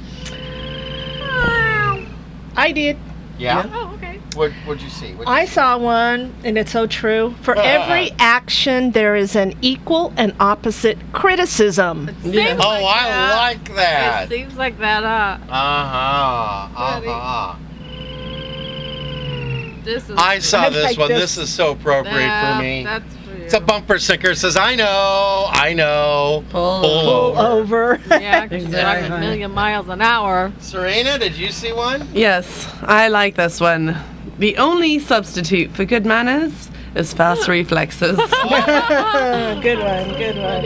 Speaker 6: I did.
Speaker 3: Yeah.
Speaker 2: oh, okay.
Speaker 3: What What'd you see? What'd
Speaker 6: I saw one, and it's so true. For every action, there is an equal and opposite criticism.
Speaker 3: you- oh, I Oh, like
Speaker 2: It
Speaker 3: that.
Speaker 2: seems like that, huh?
Speaker 3: Uh huh. Uh
Speaker 2: Ready?
Speaker 3: huh.
Speaker 2: This is
Speaker 3: I saw
Speaker 6: I'd
Speaker 3: this
Speaker 6: like
Speaker 3: one.
Speaker 6: this.
Speaker 3: This is so appropriate
Speaker 2: Yeah,
Speaker 3: for me.
Speaker 2: That's for you.
Speaker 3: It's a bumper sticker. Says, "I know, I know."
Speaker 13: Pull
Speaker 3: Pull over.
Speaker 6: Over.
Speaker 2: yeah, 'cause you're like a
Speaker 13: Exactly.
Speaker 2: million miles an hour.
Speaker 3: Serena, did you see
Speaker 1: <laughs>
Speaker 3: one?
Speaker 13: Yes, I like this one. The only substitute for good manners is fast reflexes.
Speaker 6: good one. Good one.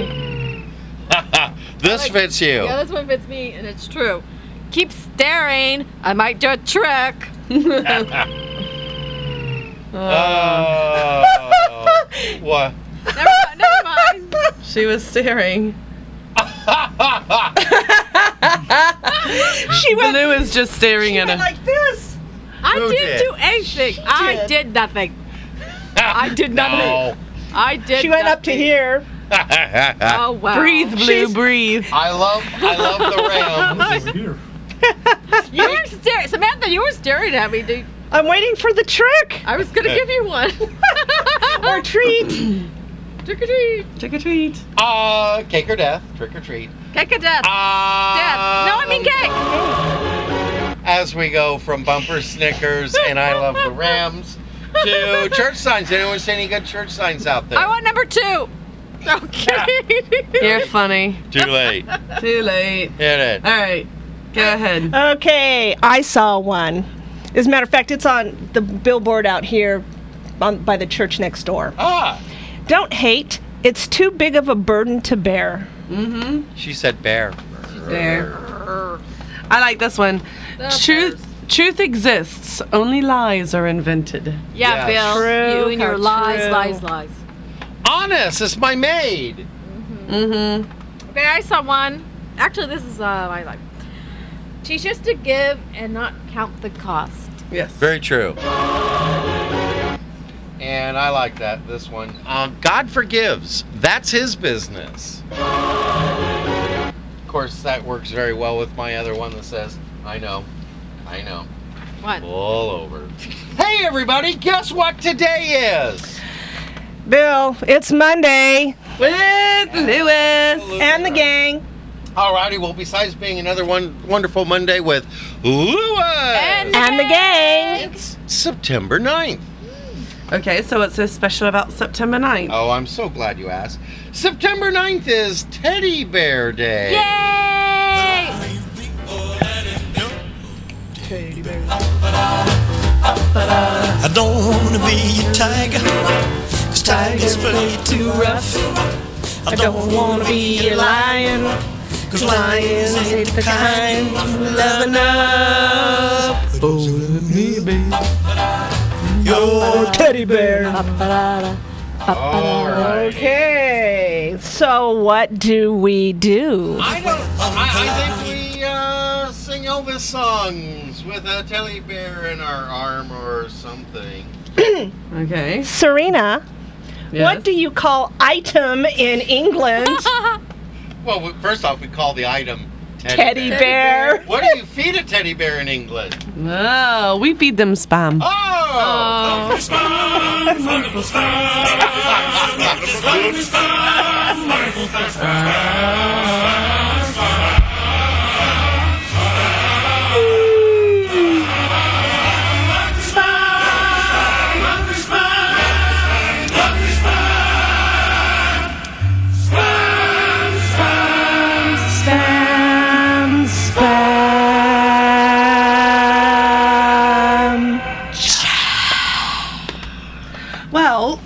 Speaker 3: this fits you.
Speaker 2: Yeah, this one fits me, and it's true. Keep staring. I might do a trick.
Speaker 3: Oh. <laughs> what?
Speaker 2: Never, mi- never mind.
Speaker 13: she was staring.
Speaker 6: She went,
Speaker 13: Blue is just staring at
Speaker 6: went
Speaker 13: her.
Speaker 6: like this.
Speaker 2: I
Speaker 3: Who
Speaker 2: didn't
Speaker 3: did?
Speaker 2: do anything. I
Speaker 6: did.
Speaker 2: did nothing.
Speaker 3: <laughs>
Speaker 2: I did nothing.
Speaker 3: No.
Speaker 2: I did.
Speaker 6: She went up to
Speaker 2: nothing.
Speaker 6: here.
Speaker 2: Oh wow.
Speaker 13: Breathe, Blue,
Speaker 6: She's-
Speaker 13: breathe.
Speaker 3: I love, I love the ram.
Speaker 7: Over here.
Speaker 2: You were staring, Samantha. You were staring at me, dude.
Speaker 6: I'm waiting for the trick
Speaker 2: I was gonna give you one. <laughs>
Speaker 6: or treat.
Speaker 2: Trick or treat.
Speaker 13: Trick or treat.
Speaker 3: Uh, cake or death, trick or treat.
Speaker 2: Cake or death. death.
Speaker 3: Uh,
Speaker 2: No, I mean cake.
Speaker 3: As we go from bumper Snickers and I love the Rams to church signs. Anyone see any good church signs out there?
Speaker 2: I want number two. Okay.
Speaker 13: You're funny.
Speaker 3: Too late.
Speaker 13: Too late.
Speaker 3: Hit it.
Speaker 13: All right, go ahead.
Speaker 6: Okay, I saw one. As a matter of fact, it's on the billboard out here on, by the church next door.
Speaker 3: Ah,
Speaker 6: Don't hate. It's too big of a burden to bear.
Speaker 3: she said bear.
Speaker 13: There. I like this one.
Speaker 1: Truth, truth exists. Only lies are invented.
Speaker 2: Yeah, Bill. you and your lies, lies, lies.
Speaker 3: Honest is my maid.
Speaker 1: Mm-hmm.
Speaker 2: Okay, I saw one. Actually, this is uh, my life. Teach us to give and not count the cost.
Speaker 1: Yes.
Speaker 3: Very true. And I like that, this one. Uh, God forgives. That's his business. Of course, that works very well with my other one that says, I know, I know.
Speaker 2: What?
Speaker 3: All over. Hey, everybody, guess what today is?
Speaker 6: Bill, it's Monday.
Speaker 1: With
Speaker 6: Lewis and the gang.
Speaker 3: Alrighty, well, besides being another one wonderful Monday with Lua,
Speaker 6: And the gang.
Speaker 3: September 9th.
Speaker 1: Okay, so what's so special about September 9th?
Speaker 3: Oh, I'm so glad you asked. September 9th is Teddy Bear Day.
Speaker 2: Yay!
Speaker 4: I don't wanna be a tiger, cause tigers play too rough. I don't wanna be a lion, cause lions ain't the kind who love enough. Oh, me, baby. Your teddy bear.
Speaker 6: Okay, so what do we do?
Speaker 3: I don't. I, I think we uh, sing Elvis songs with a teddy bear in our arm or something.
Speaker 1: okay.
Speaker 6: Serena,
Speaker 3: Yes?
Speaker 6: what do you call item
Speaker 1: <laughs>
Speaker 6: in England?
Speaker 3: Well, we- first off, we call the item teddy,
Speaker 6: Teddy bear.
Speaker 3: What do you feed a teddy bear in England?
Speaker 1: Oh, we feed them spam.
Speaker 3: Oh!
Speaker 6: Spam, spam.
Speaker 1: Well,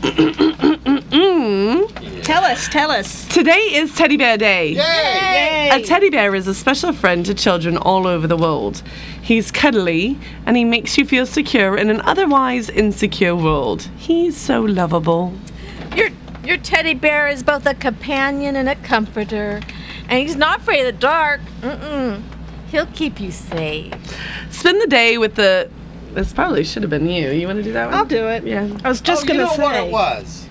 Speaker 6: tell us, tell us.
Speaker 1: Today is Teddy Bear Day.
Speaker 6: Yay!
Speaker 1: A teddy bear is a special friend to children all over the world. He's cuddly and he makes you feel secure in an otherwise insecure world. He's so lovable.
Speaker 2: Your your teddy bear is both a companion and a comforter, and he's not afraid of the dark. Mm-mm. He'll keep you safe.
Speaker 1: Spend the day with the. This probably should have been you. You want to do that one?
Speaker 6: I'll do it.
Speaker 1: Yeah.
Speaker 6: I was just
Speaker 3: Oh, you
Speaker 6: gonna
Speaker 3: know
Speaker 6: say.
Speaker 3: what it was.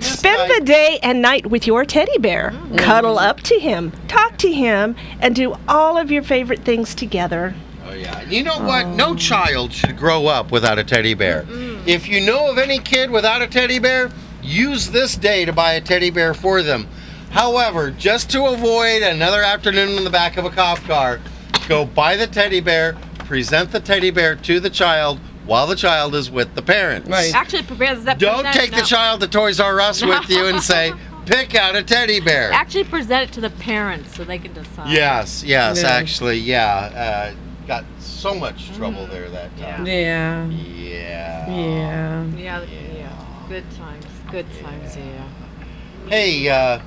Speaker 6: Spend the day and night with your teddy bear. Cuddle up to him, talk to him, and do all of your favorite things together.
Speaker 3: Oh yeah. You know what?
Speaker 6: Oh.
Speaker 3: No child should grow up without a teddy bear.
Speaker 6: Mm.
Speaker 3: If you know of any kid without a teddy bear, use this day to buy a teddy bear for them. However, just to avoid another afternoon in the back of a cop car, go buy the teddy bear, present the teddy bear to the child while the child is with the parents.
Speaker 2: Actually, presents that.
Speaker 3: Don't
Speaker 2: present it
Speaker 3: take the
Speaker 2: now.
Speaker 3: child to Toys R Us with you and
Speaker 6: <laughs>
Speaker 3: say, pick out a teddy bear.
Speaker 2: Actually, present it to the parents so they can decide.
Speaker 3: Yes, yes,
Speaker 2: Yeah.
Speaker 3: actually, yeah. Uh, got so much trouble there that time.
Speaker 1: Yeah.
Speaker 3: Yeah.
Speaker 1: Yeah.
Speaker 2: Yeah. Yeah. Good times. Good times. Yeah.
Speaker 3: Hey, uh.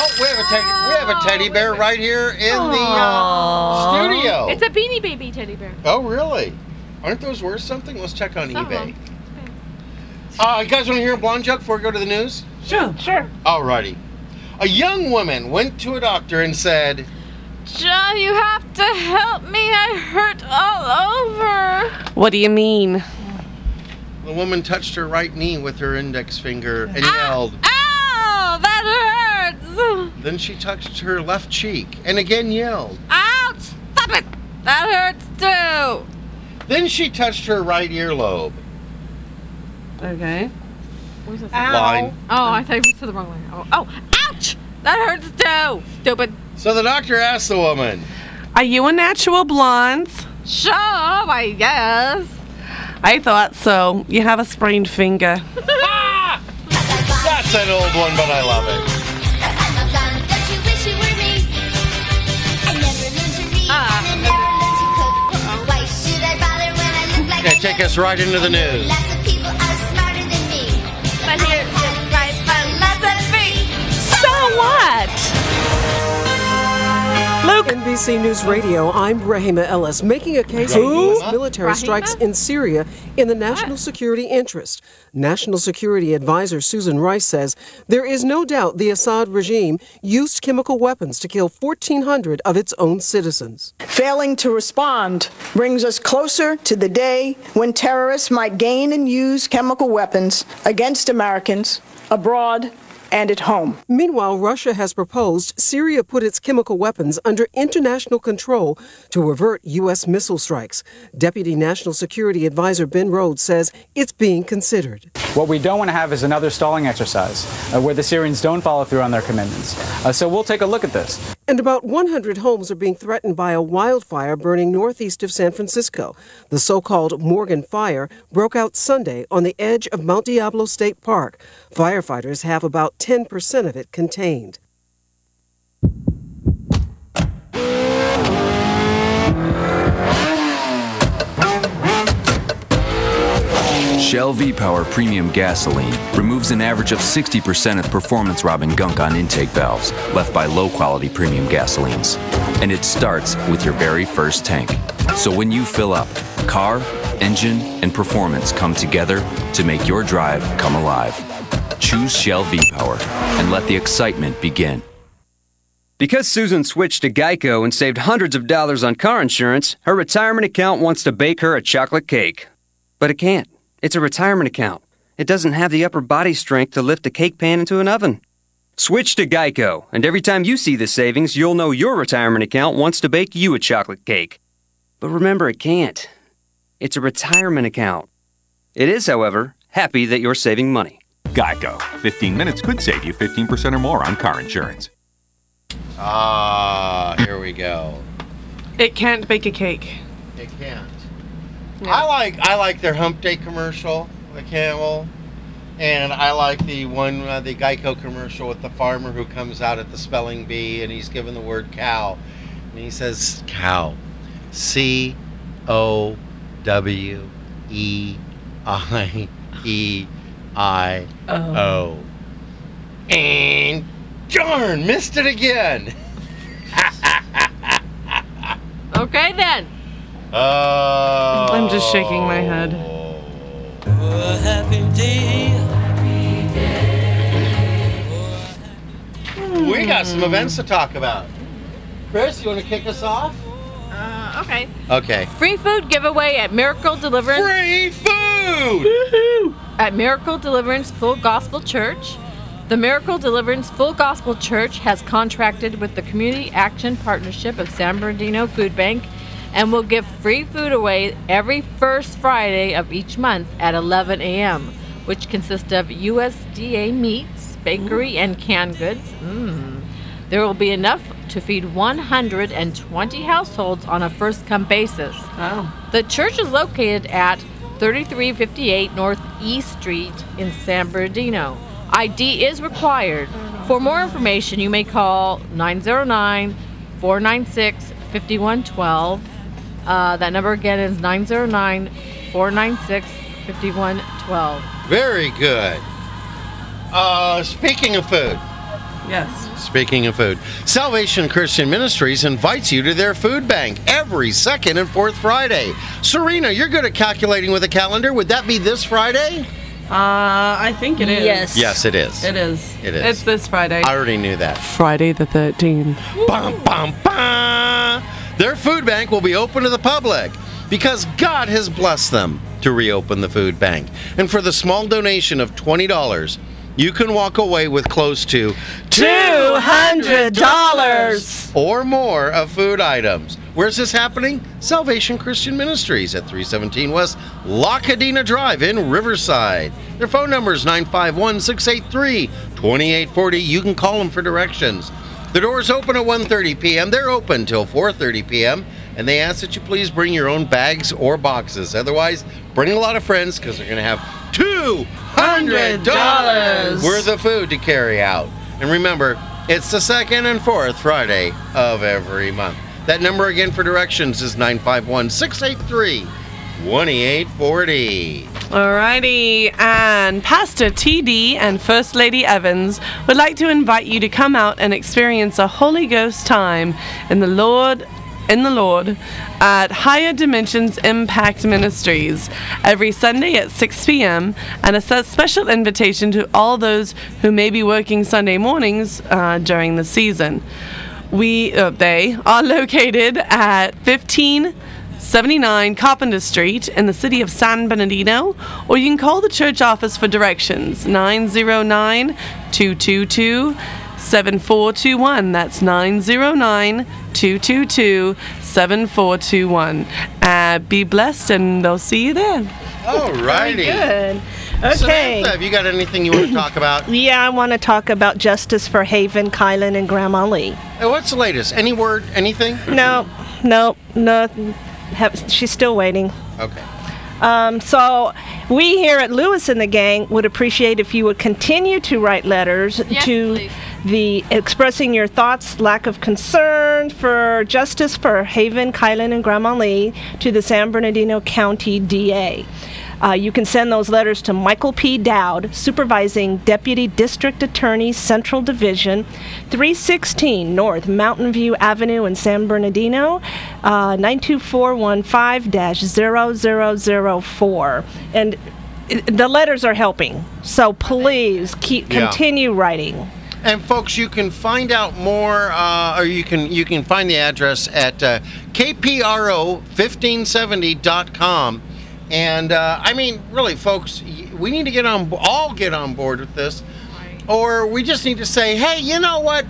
Speaker 3: Oh, we have a teddy, we have a teddy bear right here in the uh, studio.
Speaker 2: It's a Beanie Baby teddy bear.
Speaker 3: oh, really? Aren't those worth something? Let's check on
Speaker 2: Some of
Speaker 3: eBay. Uh, you guys want to hear a blonde joke before we go to the news?
Speaker 1: Sure.
Speaker 6: Sure.
Speaker 3: Alrighty. A young woman went to a doctor and said,
Speaker 2: John, you have to help me. I hurt all over.
Speaker 1: What do you mean?
Speaker 3: The woman touched her right knee with her index finger and yelled.
Speaker 2: Ow, that hurts.
Speaker 3: Then she touched her left cheek and again yelled.
Speaker 2: Ouch, stop it. That hurts too.
Speaker 3: Then she touched her right earlobe.
Speaker 1: Okay.
Speaker 2: Where's this?
Speaker 3: Line.
Speaker 2: Oh, I thought you said the wrong line. Oh, oh, ouch! That hurts too. Stupid.
Speaker 3: So the doctor asked the woman,
Speaker 1: Are you a natural blonde?
Speaker 2: Sure, I guess.
Speaker 1: I thought so. You have a sprained finger.
Speaker 3: That's an old one, but I love it.
Speaker 5: I'm a blonde, don't you wish you were me? I never learned to read,
Speaker 3: Ah.
Speaker 5: and I never learned to cook. Why should I bother when I look like
Speaker 3: Oh. Okay, take us right into the news.
Speaker 5: lots of people are smarter than me? But here's the price for lots of free.
Speaker 6: So what?
Speaker 14: Luke. NBC News Radio. I'm Rahima Ellis, making a case for
Speaker 15: Who?
Speaker 14: U.S. military
Speaker 15: Rahima?
Speaker 14: strikes in Syria in the national security interest. National Security Advisor Susan Rice says there is no doubt the Assad regime used chemical weapons to kill 1,400 of its own citizens.
Speaker 16: Failing to respond brings us closer to the day when terrorists might gain and use chemical weapons against Americans abroad and at home.
Speaker 14: Meanwhile, Russia has proposed Syria put its chemical weapons under international control to avert U.S. missile strikes. Deputy National Security Advisor Ben Rhodes says it's being considered.
Speaker 17: What we don't want to have is another stalling exercise uh, where the Syrians don't follow through on their commitments. Uh, so we'll take a look at this.
Speaker 14: And about 100 homes are being threatened by a wildfire burning northeast of San Francisco. The so called Morgan Fire broke out Sunday on the edge of Mount Diablo State Park. Firefighters have about 10% of it contained.
Speaker 18: Shell V-Power Premium Gasoline removes an average of 60% of performance-robbing gunk on intake valves left by low-quality premium gasolines. And it starts with your very first tank. So when you fill up, car, engine, and performance come together to make your drive come alive. Choose Shell V-Power and let the excitement begin.
Speaker 12: Because Susan switched to Geico and saved hundreds of dollars on car insurance, her retirement account wants to bake her a chocolate cake. But it can't. It's a retirement account. It doesn't have the upper body strength to lift a cake pan into an oven. Switch to Geico, and every time you see the savings, you'll know your retirement account wants to bake you a chocolate cake. But remember, it can't. It's a retirement account. It is, however, happy that you're saving money.
Speaker 19: Geico. 15 minutes could save you 15% or more on car insurance.
Speaker 3: Ah, here we go.
Speaker 1: It can't bake a cake.
Speaker 3: It can't. I like I like their Hump Day commercial, the Camel, and I like the one uh, the Geico commercial with the farmer who comes out at the spelling bee and he's given the word cow, and he says cow, C O W E I E I
Speaker 1: Oh.
Speaker 3: O, and darn missed it again.
Speaker 2: Okay then.
Speaker 3: Oh.
Speaker 1: I'm just shaking my head.
Speaker 3: <laughs> We got some events to talk about. Chris, you want to kick us off?
Speaker 2: Uh, okay.
Speaker 3: Okay.
Speaker 2: Free food giveaway at Miracle Deliverance.
Speaker 3: Free food!
Speaker 2: At Miracle Deliverance Full Gospel Church. The Miracle Deliverance Full Gospel Church has contracted with the Community Action Partnership of San Bernardino Food Bank and will give free food away every first Friday of each month at 11 a.m., which consists of USDA meats, bakery, and canned goods. Mmm. There will be enough to feed 120 households on a first come basis. The church is located at 3358 North East Street in San Bernardino. ID is required. For more information, you may call 909 496 5112. Uh, That number again is 909 496
Speaker 1: Uh,
Speaker 2: 5112.
Speaker 3: Very good. Uh, speaking of food.
Speaker 1: Yes.
Speaker 3: Speaking of food, Salvation Christian Ministries invites you to their food bank every second and fourth Friday. Serena, you're good at calculating with a calendar. Would that be this Friday?
Speaker 1: Uh, I think it is.
Speaker 3: Yes. Yes, it is.
Speaker 1: It is.
Speaker 3: It is.
Speaker 1: It's this Friday.
Speaker 3: I already knew that.
Speaker 1: Friday the 13th.
Speaker 3: Bum, bum, bum. Their food bank will be open to the public because God has blessed them to reopen the food bank. And for the small donation of $20, you can walk away with close to
Speaker 6: $200.
Speaker 3: or more of food items. Where's this happening? Salvation Christian Ministries at 317 West Lacadena Drive in Riverside. Their phone number is 951 683 2840. You can call them for directions. The doors open at 1:30 p.m. They're open till 4:30 p.m. and they ask that you please bring your own bags or boxes. Otherwise, bring a lot of friends because they're going to have $200
Speaker 1: $100.
Speaker 3: worth of food to carry out. And remember, it's the second and fourth Friday of every month. That number again for directions is 951 683 2840.
Speaker 1: Alrighty, and Pastor TD and First Lady Evans would like to invite you to come out and experience a Holy Ghost time in the Lord in the Lord at Higher Dimensions Impact Ministries every Sunday at 6 p.m. and a s- special invitation to all those who may be working Sunday mornings uh, during the season. We uh, they are located at 15 79 Carpenter Street in the city of San Bernardino, or you can call the church office for directions 909 222 7421. That's 909 222 7421. Uh, Be blessed, and they'll see you there.
Speaker 3: All righty.
Speaker 6: Good. Okay.
Speaker 3: Samantha, have you got anything you want to talk
Speaker 6: <clears throat>
Speaker 3: about?
Speaker 6: Yeah, I want to talk about justice for Haven, Kylan, and Grandma Lee.
Speaker 3: Hey, what's the latest? Any word? Anything?
Speaker 6: No, no, no. Have, she's still waiting.
Speaker 3: Okay.
Speaker 6: Um, so, we here at Lewis and the Gang would appreciate if you would continue to write letters to the expressing your thoughts, lack of concern for justice for Haven, Kylan, and Grandma Lee to the San Bernardino County DA. Uh, you can send those letters to Michael P. Dowd, Supervising Deputy District Attorney, Central Division, 316 North Mountain View Avenue in San Bernardino, uh, 92415 0004. And i- the letters are helping, so please keep
Speaker 3: Yeah.
Speaker 6: continue writing.
Speaker 3: And folks, you can find out more, uh, or you can you can find the address at uh, kpro1570.com. And uh, I mean, really, folks, y- we need to get on, all get on board with this, or we just need to say, hey, you know what?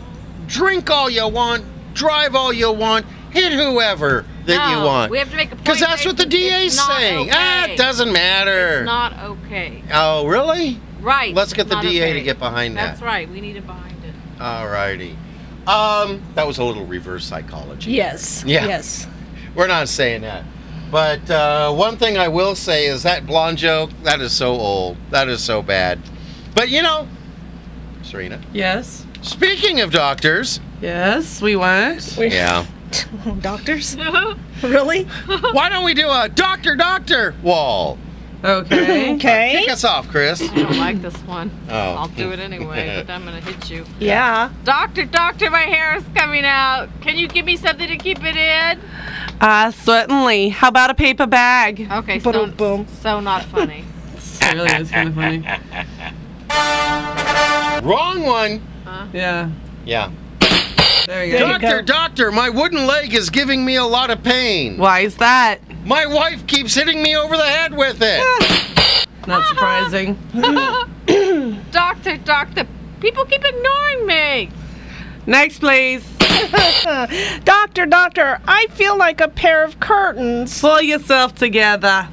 Speaker 3: Drink all you want, drive all you want, hit whoever that you
Speaker 2: No,
Speaker 3: want.
Speaker 2: We have to make a point.
Speaker 3: Because that's what the DA's
Speaker 2: not
Speaker 3: saying. Ah,
Speaker 2: okay.
Speaker 3: it doesn't matter.
Speaker 2: It's not okay.
Speaker 3: oh, really?
Speaker 2: Right.
Speaker 3: Let's get
Speaker 2: it's
Speaker 3: the
Speaker 2: not
Speaker 3: DA to
Speaker 2: okay.
Speaker 3: get behind that.
Speaker 2: That's right. We need to behind it.
Speaker 3: Alrighty. Um, that was a little reverse psychology.
Speaker 6: Yes. <laughs>
Speaker 3: Yeah. Yes. We're not saying that. But uh, one thing I will say is that blonde joke, that is so old. That is so bad. But you know, Serena,
Speaker 1: Yes.
Speaker 3: speaking of doctors.
Speaker 1: Yes, we went.
Speaker 3: Yeah. <laughs>
Speaker 6: Doctors? really?
Speaker 3: Why don't we do a doctor, doctor wall?
Speaker 2: <laughs>
Speaker 3: Uh,
Speaker 1: Okay.
Speaker 6: okay.
Speaker 3: Kick us off, Chris.
Speaker 2: I don't like this one.
Speaker 3: Oh.
Speaker 2: I'll do it
Speaker 3: <laughs>
Speaker 2: anyway, but I'm going to hit you.
Speaker 6: Yeah.
Speaker 2: Doctor, doctor, my hair is coming out. Can you give me something to keep it in?
Speaker 1: Uh, certainly. How about a paper bag?
Speaker 2: Okay, so, so not
Speaker 1: <laughs>
Speaker 2: funny. <coughs>
Speaker 1: It really is kind of funny.
Speaker 3: Wrong one.
Speaker 1: Yeah.
Speaker 3: Yeah.
Speaker 1: There you go.
Speaker 3: Doctor, doctor, my wooden leg is giving me a lot of pain.
Speaker 1: Why is that?
Speaker 3: My wife keeps hitting me over the head with
Speaker 1: <laughs>
Speaker 3: it.
Speaker 1: Not surprising.
Speaker 2: doctor, doctor, people keep
Speaker 1: <coughs>
Speaker 2: ignoring me.
Speaker 1: Next, please.
Speaker 6: doctor, doctor, I feel like a pair of curtains.
Speaker 1: Pull yourself together.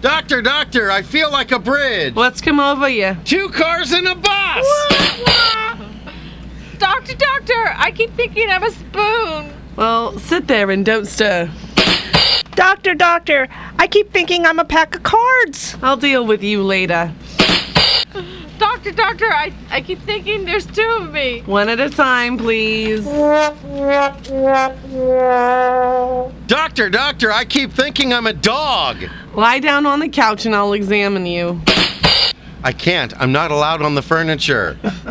Speaker 3: Doctor, doctor, I feel like a bridge.
Speaker 1: What's come over you?
Speaker 3: Two cars and a bus.
Speaker 2: Doctor, doctor, I keep thinking I'm a spoon.
Speaker 1: Well, sit there and don't stir.
Speaker 6: Doctor, doctor, I keep thinking I'm a pack of cards.
Speaker 1: I'll deal with you later.
Speaker 2: Doctor, doctor, I, I keep thinking there's two of me.
Speaker 1: One at a time, please.
Speaker 3: Doctor, doctor, I keep thinking I'm a dog.
Speaker 1: Lie down on the couch and I'll examine you.
Speaker 3: I can't. I'm not allowed on
Speaker 1: <laughs>
Speaker 3: the furniture.
Speaker 6: Doctor,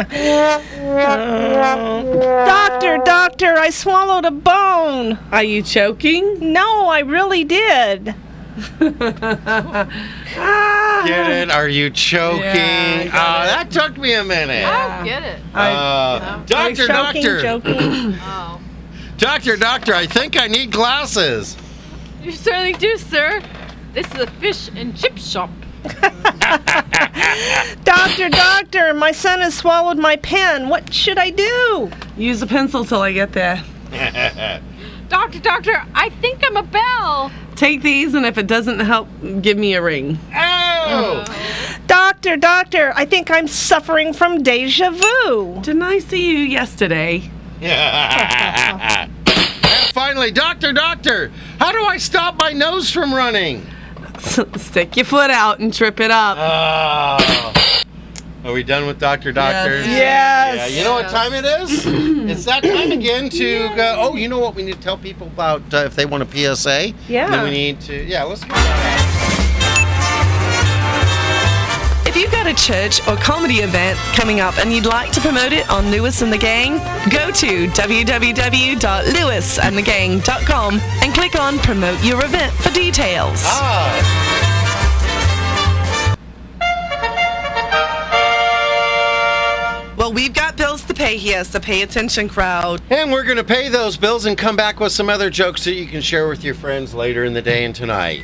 Speaker 6: doctor, I swallowed a bone.
Speaker 1: Are you choking?
Speaker 6: No, I really
Speaker 3: Get
Speaker 6: did.
Speaker 3: it? Are you choking?
Speaker 1: Yeah, I
Speaker 3: oh,
Speaker 1: got it. Oh,
Speaker 3: that took me a minute.
Speaker 2: I get it.
Speaker 3: Uh, doctor,
Speaker 6: Joking,
Speaker 3: doctor, <clears throat>
Speaker 6: joking.
Speaker 2: Oh.
Speaker 3: doctor, doctor, I think I need glasses.
Speaker 2: You certainly do, sir. This is a fish and chip shop.
Speaker 6: doctor, doctor, my son has swallowed my pen. What should I do?
Speaker 1: Use a pencil till I get there.
Speaker 2: Doctor, doctor, I think I'm a bell.
Speaker 1: Take these, and if it doesn't help, give me a ring. Mm.
Speaker 3: Oh!
Speaker 6: Doctor, doctor, I think I'm suffering from deja vu.
Speaker 1: Didn't I see you yesterday?
Speaker 3: and finally, doctor, doctor, how do I stop my nose from running?
Speaker 1: <laughs> Stick your foot out and trip it up.
Speaker 3: Oh. Are we done with Doctor Doctor?
Speaker 6: Yes.
Speaker 3: Yeah, you know what time it
Speaker 1: <clears throat>
Speaker 3: is? it's that time again to go. Oh, you know what? We need to tell people about uh, if they want a PSA.
Speaker 6: Yeah.
Speaker 3: Then we need to. Yeah, let's go.
Speaker 1: If you've got a church or comedy event coming up and you'd like to promote it on Lewis and the Gang, go to www.lewisandthegang.com and click on Promote Your Event for details.
Speaker 3: Ah.
Speaker 20: Well, we've got bills to pay here, so pay attention, crowd.
Speaker 3: And we're going to pay those bills and come back with some other jokes that you can share with your friends later in the day and tonight.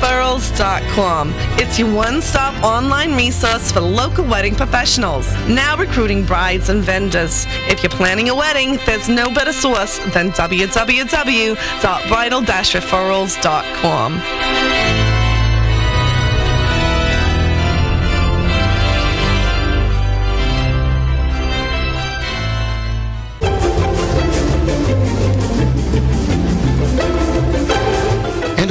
Speaker 1: www.bridal-referrals.com. It's your one-stop online resource for local wedding professionals. Now recruiting brides and vendors. If you're planning a wedding, there's no better source than www.bridal-referrals.com.
Speaker 3: And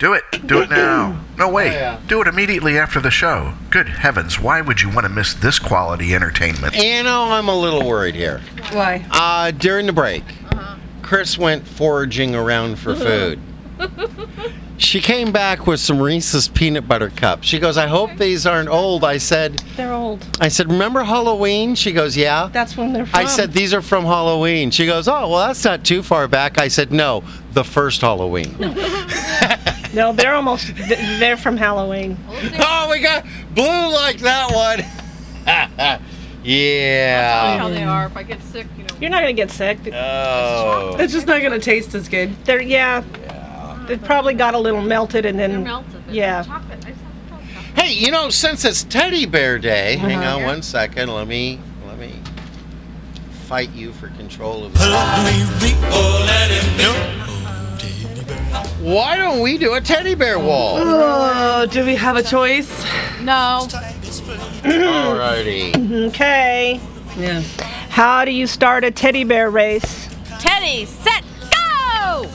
Speaker 8: Do it. Do it now. No, wait. Do it immediately after the show. Good heavens, why would you want to miss this quality entertainment?
Speaker 3: You know, I'm a little worried here.
Speaker 6: Why?
Speaker 3: Uh, during the break, Chris went foraging around for food. She came back with some Reese's peanut butter cups. She goes, "I hope these aren't old." I said,
Speaker 6: They're old.
Speaker 3: "I said, remember Halloween?" She goes, "Yeah."
Speaker 6: That's when they're from.
Speaker 3: I said, "These are from Halloween." She goes, "Oh, well, that's not too far back." I said, "No, the first Halloween." <laughs>
Speaker 6: no, they're almost. th- They're from Halloween.
Speaker 3: oh, we got blue like that one.
Speaker 2: I'll tell you how
Speaker 3: <laughs> yeah.
Speaker 2: they are. If I get sick, you know.
Speaker 6: You're not gonna get sick.
Speaker 3: Oh.
Speaker 20: It's just not going to taste as <laughs> good.
Speaker 6: They're yeah. It probably got a little melted and then.
Speaker 2: They're melted. They're
Speaker 6: Yeah.
Speaker 2: Chocolate. I just have to tell you.
Speaker 3: Hey, you know, since it's Teddy Bear Day, hang
Speaker 2: Uh-huh.
Speaker 3: on one second. Let me let me fight you for control of this. <laughs> Why don't we do a teddy bear wall?
Speaker 20: Oh, do we have a choice?
Speaker 2: No.
Speaker 3: Alrighty.
Speaker 6: Okay.
Speaker 20: Yeah.
Speaker 6: How do you start a teddy bear race?
Speaker 2: Teddy, set, go!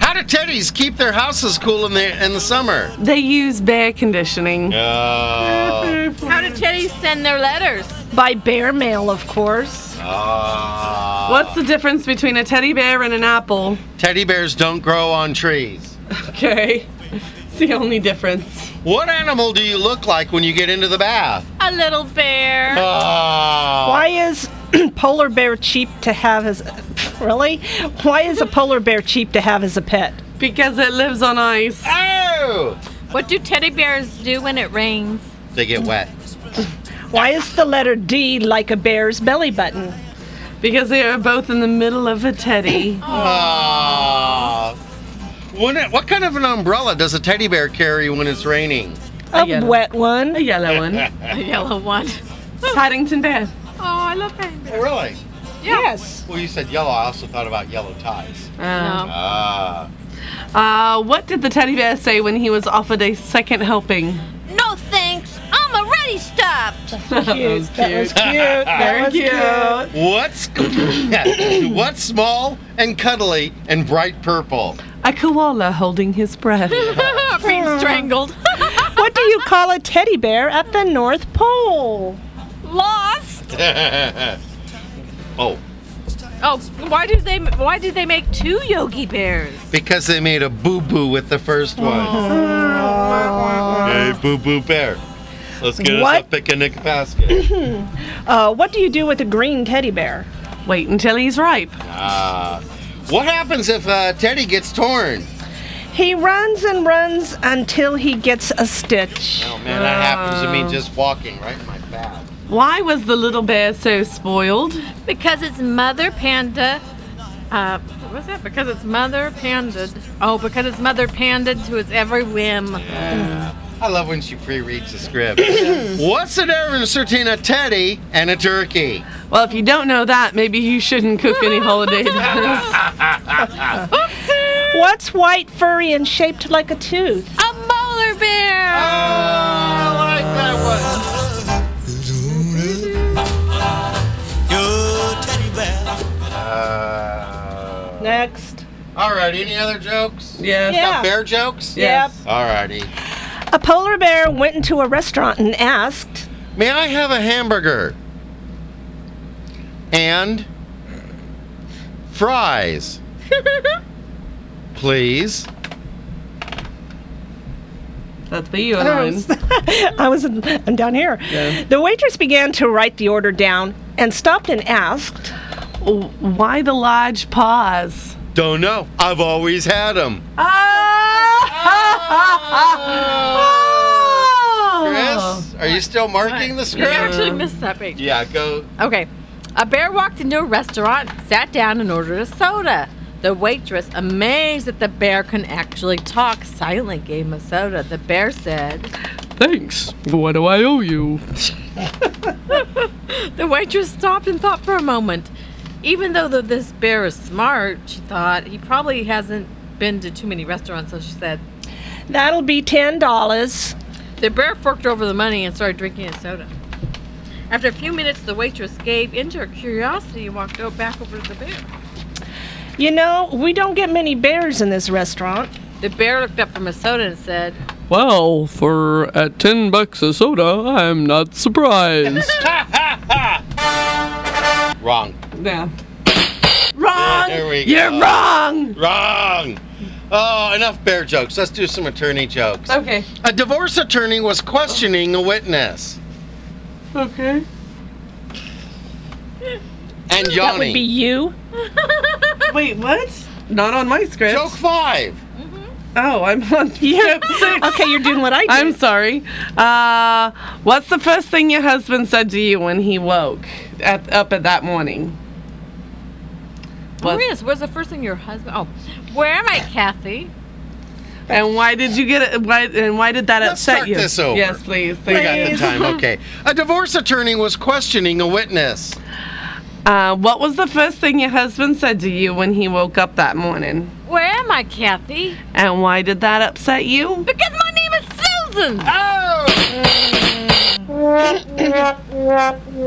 Speaker 3: How do teddies keep their houses cool in the in the summer?
Speaker 20: They use bear conditioning. <laughs>
Speaker 3: Oh.
Speaker 2: How do Teddy send their letters?
Speaker 6: By bear mail, of course.
Speaker 20: What's the difference between a teddy bear and an apple?
Speaker 3: Teddy bears don't grow on trees.
Speaker 20: Okay. It's the only difference.
Speaker 3: What animal do you look like when you get into the bath?
Speaker 2: A little bear.
Speaker 6: Why is <clears throat> polar bear cheap to have as <laughs> really? Why is a polar bear cheap to have as a pet?
Speaker 1: Because it lives on ice.
Speaker 3: Oh!
Speaker 2: What do teddy bears do when it rains? <laughs>
Speaker 3: They get wet.
Speaker 6: Why is the letter D like a bear's belly button?
Speaker 1: Because they are both in the middle of a teddy.
Speaker 3: Aww. When it- what kind of an umbrella does a teddy bear carry when it's raining?
Speaker 6: A, wet one. A
Speaker 1: yellow one.
Speaker 2: a yellow one.
Speaker 1: Paddington Bear.
Speaker 2: Oh, I love Paddington
Speaker 3: Bear. Really?
Speaker 6: Yes.
Speaker 3: Well, you said yellow. I also thought about yellow ties.
Speaker 1: Oh.
Speaker 3: Ah.
Speaker 1: Uh, what did the teddy bear say when he was offered a second helping?
Speaker 5: No thanks. I'm already stuffed.
Speaker 6: That was cute.
Speaker 5: That was
Speaker 1: cute.
Speaker 3: What's <coughs> what's small and cuddly and bright purple?
Speaker 1: A koala holding his breath.
Speaker 2: Being <laughs> strangled.
Speaker 6: what do you call a teddy bear at the North Pole?
Speaker 2: Lost.
Speaker 3: oh,
Speaker 2: Oh, why do they why do they make two Yogi Bears?
Speaker 3: because they made a boo boo with the first one. Hey, boo boo bear. Let's get us a
Speaker 6: What?
Speaker 3: picnic basket.
Speaker 6: uh, what do you do with a green teddy bear?
Speaker 1: Wait until he's ripe.
Speaker 3: Ah. What happens if uh, Teddy gets torn?
Speaker 6: He runs and runs until he gets a stitch.
Speaker 3: Oh man, that happens to me just walking right in my back.
Speaker 1: Why was the little bear so spoiled?
Speaker 2: Because it's mother panda. Uh, what was that? Because it's mother panda. Oh, because it's mother panda to its every whim.
Speaker 3: I love when she pre-reads the script. <coughs> What's the difference between a teddy and a turkey?
Speaker 1: Well, if you don't know that, maybe you shouldn't cook any holiday dinners.
Speaker 6: What's white, furry, and shaped like a tooth?
Speaker 2: <laughs> A molar bear.
Speaker 3: Uh,
Speaker 6: Next.
Speaker 3: all right. Any other jokes?
Speaker 1: Yes.
Speaker 6: Yeah.
Speaker 3: Got bear jokes?
Speaker 6: Yes.
Speaker 3: All righty.
Speaker 6: A polar bear went into a restaurant and asked, <laughs>
Speaker 3: May I have a hamburger? And
Speaker 1: <laughs>
Speaker 3: fries, please.
Speaker 1: That's the you,
Speaker 6: Gross. I was in, I'm down here.
Speaker 1: Yeah.
Speaker 6: The waitress began to write the order down and stopped and asked,
Speaker 1: Why the large paws?
Speaker 3: Don't know. I've always had them.
Speaker 1: Oh.
Speaker 3: Chris, are you still marking the
Speaker 2: You
Speaker 3: script?
Speaker 2: actually missed that page.
Speaker 3: Yeah, go.
Speaker 2: Okay. A bear walked into a restaurant, sat down, and ordered a soda. The waitress, amazed that the bear can actually talk, silently gave him a soda. The bear said,
Speaker 1: Thanks. What do I owe you?
Speaker 2: <laughs> The waitress stopped and thought for a moment. Even though th- this bear is smart, she thought, he probably hasn't been to too many restaurants, so she said,
Speaker 6: That'll be $10.
Speaker 2: The bear forked over the money and started drinking his soda. After a few minutes, the waitress gave in to her curiosity and walked o- back over to the bear.
Speaker 6: You know, we don't get many bears in this restaurant.
Speaker 2: The bear looked up from his soda and said,
Speaker 15: Well, for at 10 bucks a soda, I'm not surprised.
Speaker 3: Wrong.
Speaker 1: Yeah. Wrong.
Speaker 3: There we
Speaker 1: You're
Speaker 3: go.
Speaker 1: wrong.
Speaker 3: Wrong. Oh, enough bear jokes. Let's do some attorney jokes.
Speaker 1: Okay.
Speaker 3: A divorce attorney was questioning a witness
Speaker 1: Okay.
Speaker 3: and yawning.
Speaker 6: That would be you.
Speaker 1: Wait, what? Not on my script.
Speaker 3: Joke 5
Speaker 1: Oh, I'm on script six.
Speaker 6: Okay, you're doing what I did.
Speaker 1: I'm sorry. Uh, what's the first thing your husband said to you when he woke at, up at that morning? What-
Speaker 2: Marinas, where's the first thing your husband? Oh, where am I, Kathy?
Speaker 1: and why did you get it? Why and why did that
Speaker 3: Let's
Speaker 1: upset
Speaker 3: start
Speaker 1: you?
Speaker 3: this over.
Speaker 1: Yes, please.
Speaker 3: We
Speaker 1: Thank
Speaker 3: got the
Speaker 1: you. <laughs>
Speaker 3: time. Okay. A divorce attorney was questioning a witness.
Speaker 1: Uh, what was the first thing your husband said to you when he woke up that morning?
Speaker 2: Where am I, Kathy?
Speaker 1: And why did that upset you?
Speaker 2: Because my name is Susan.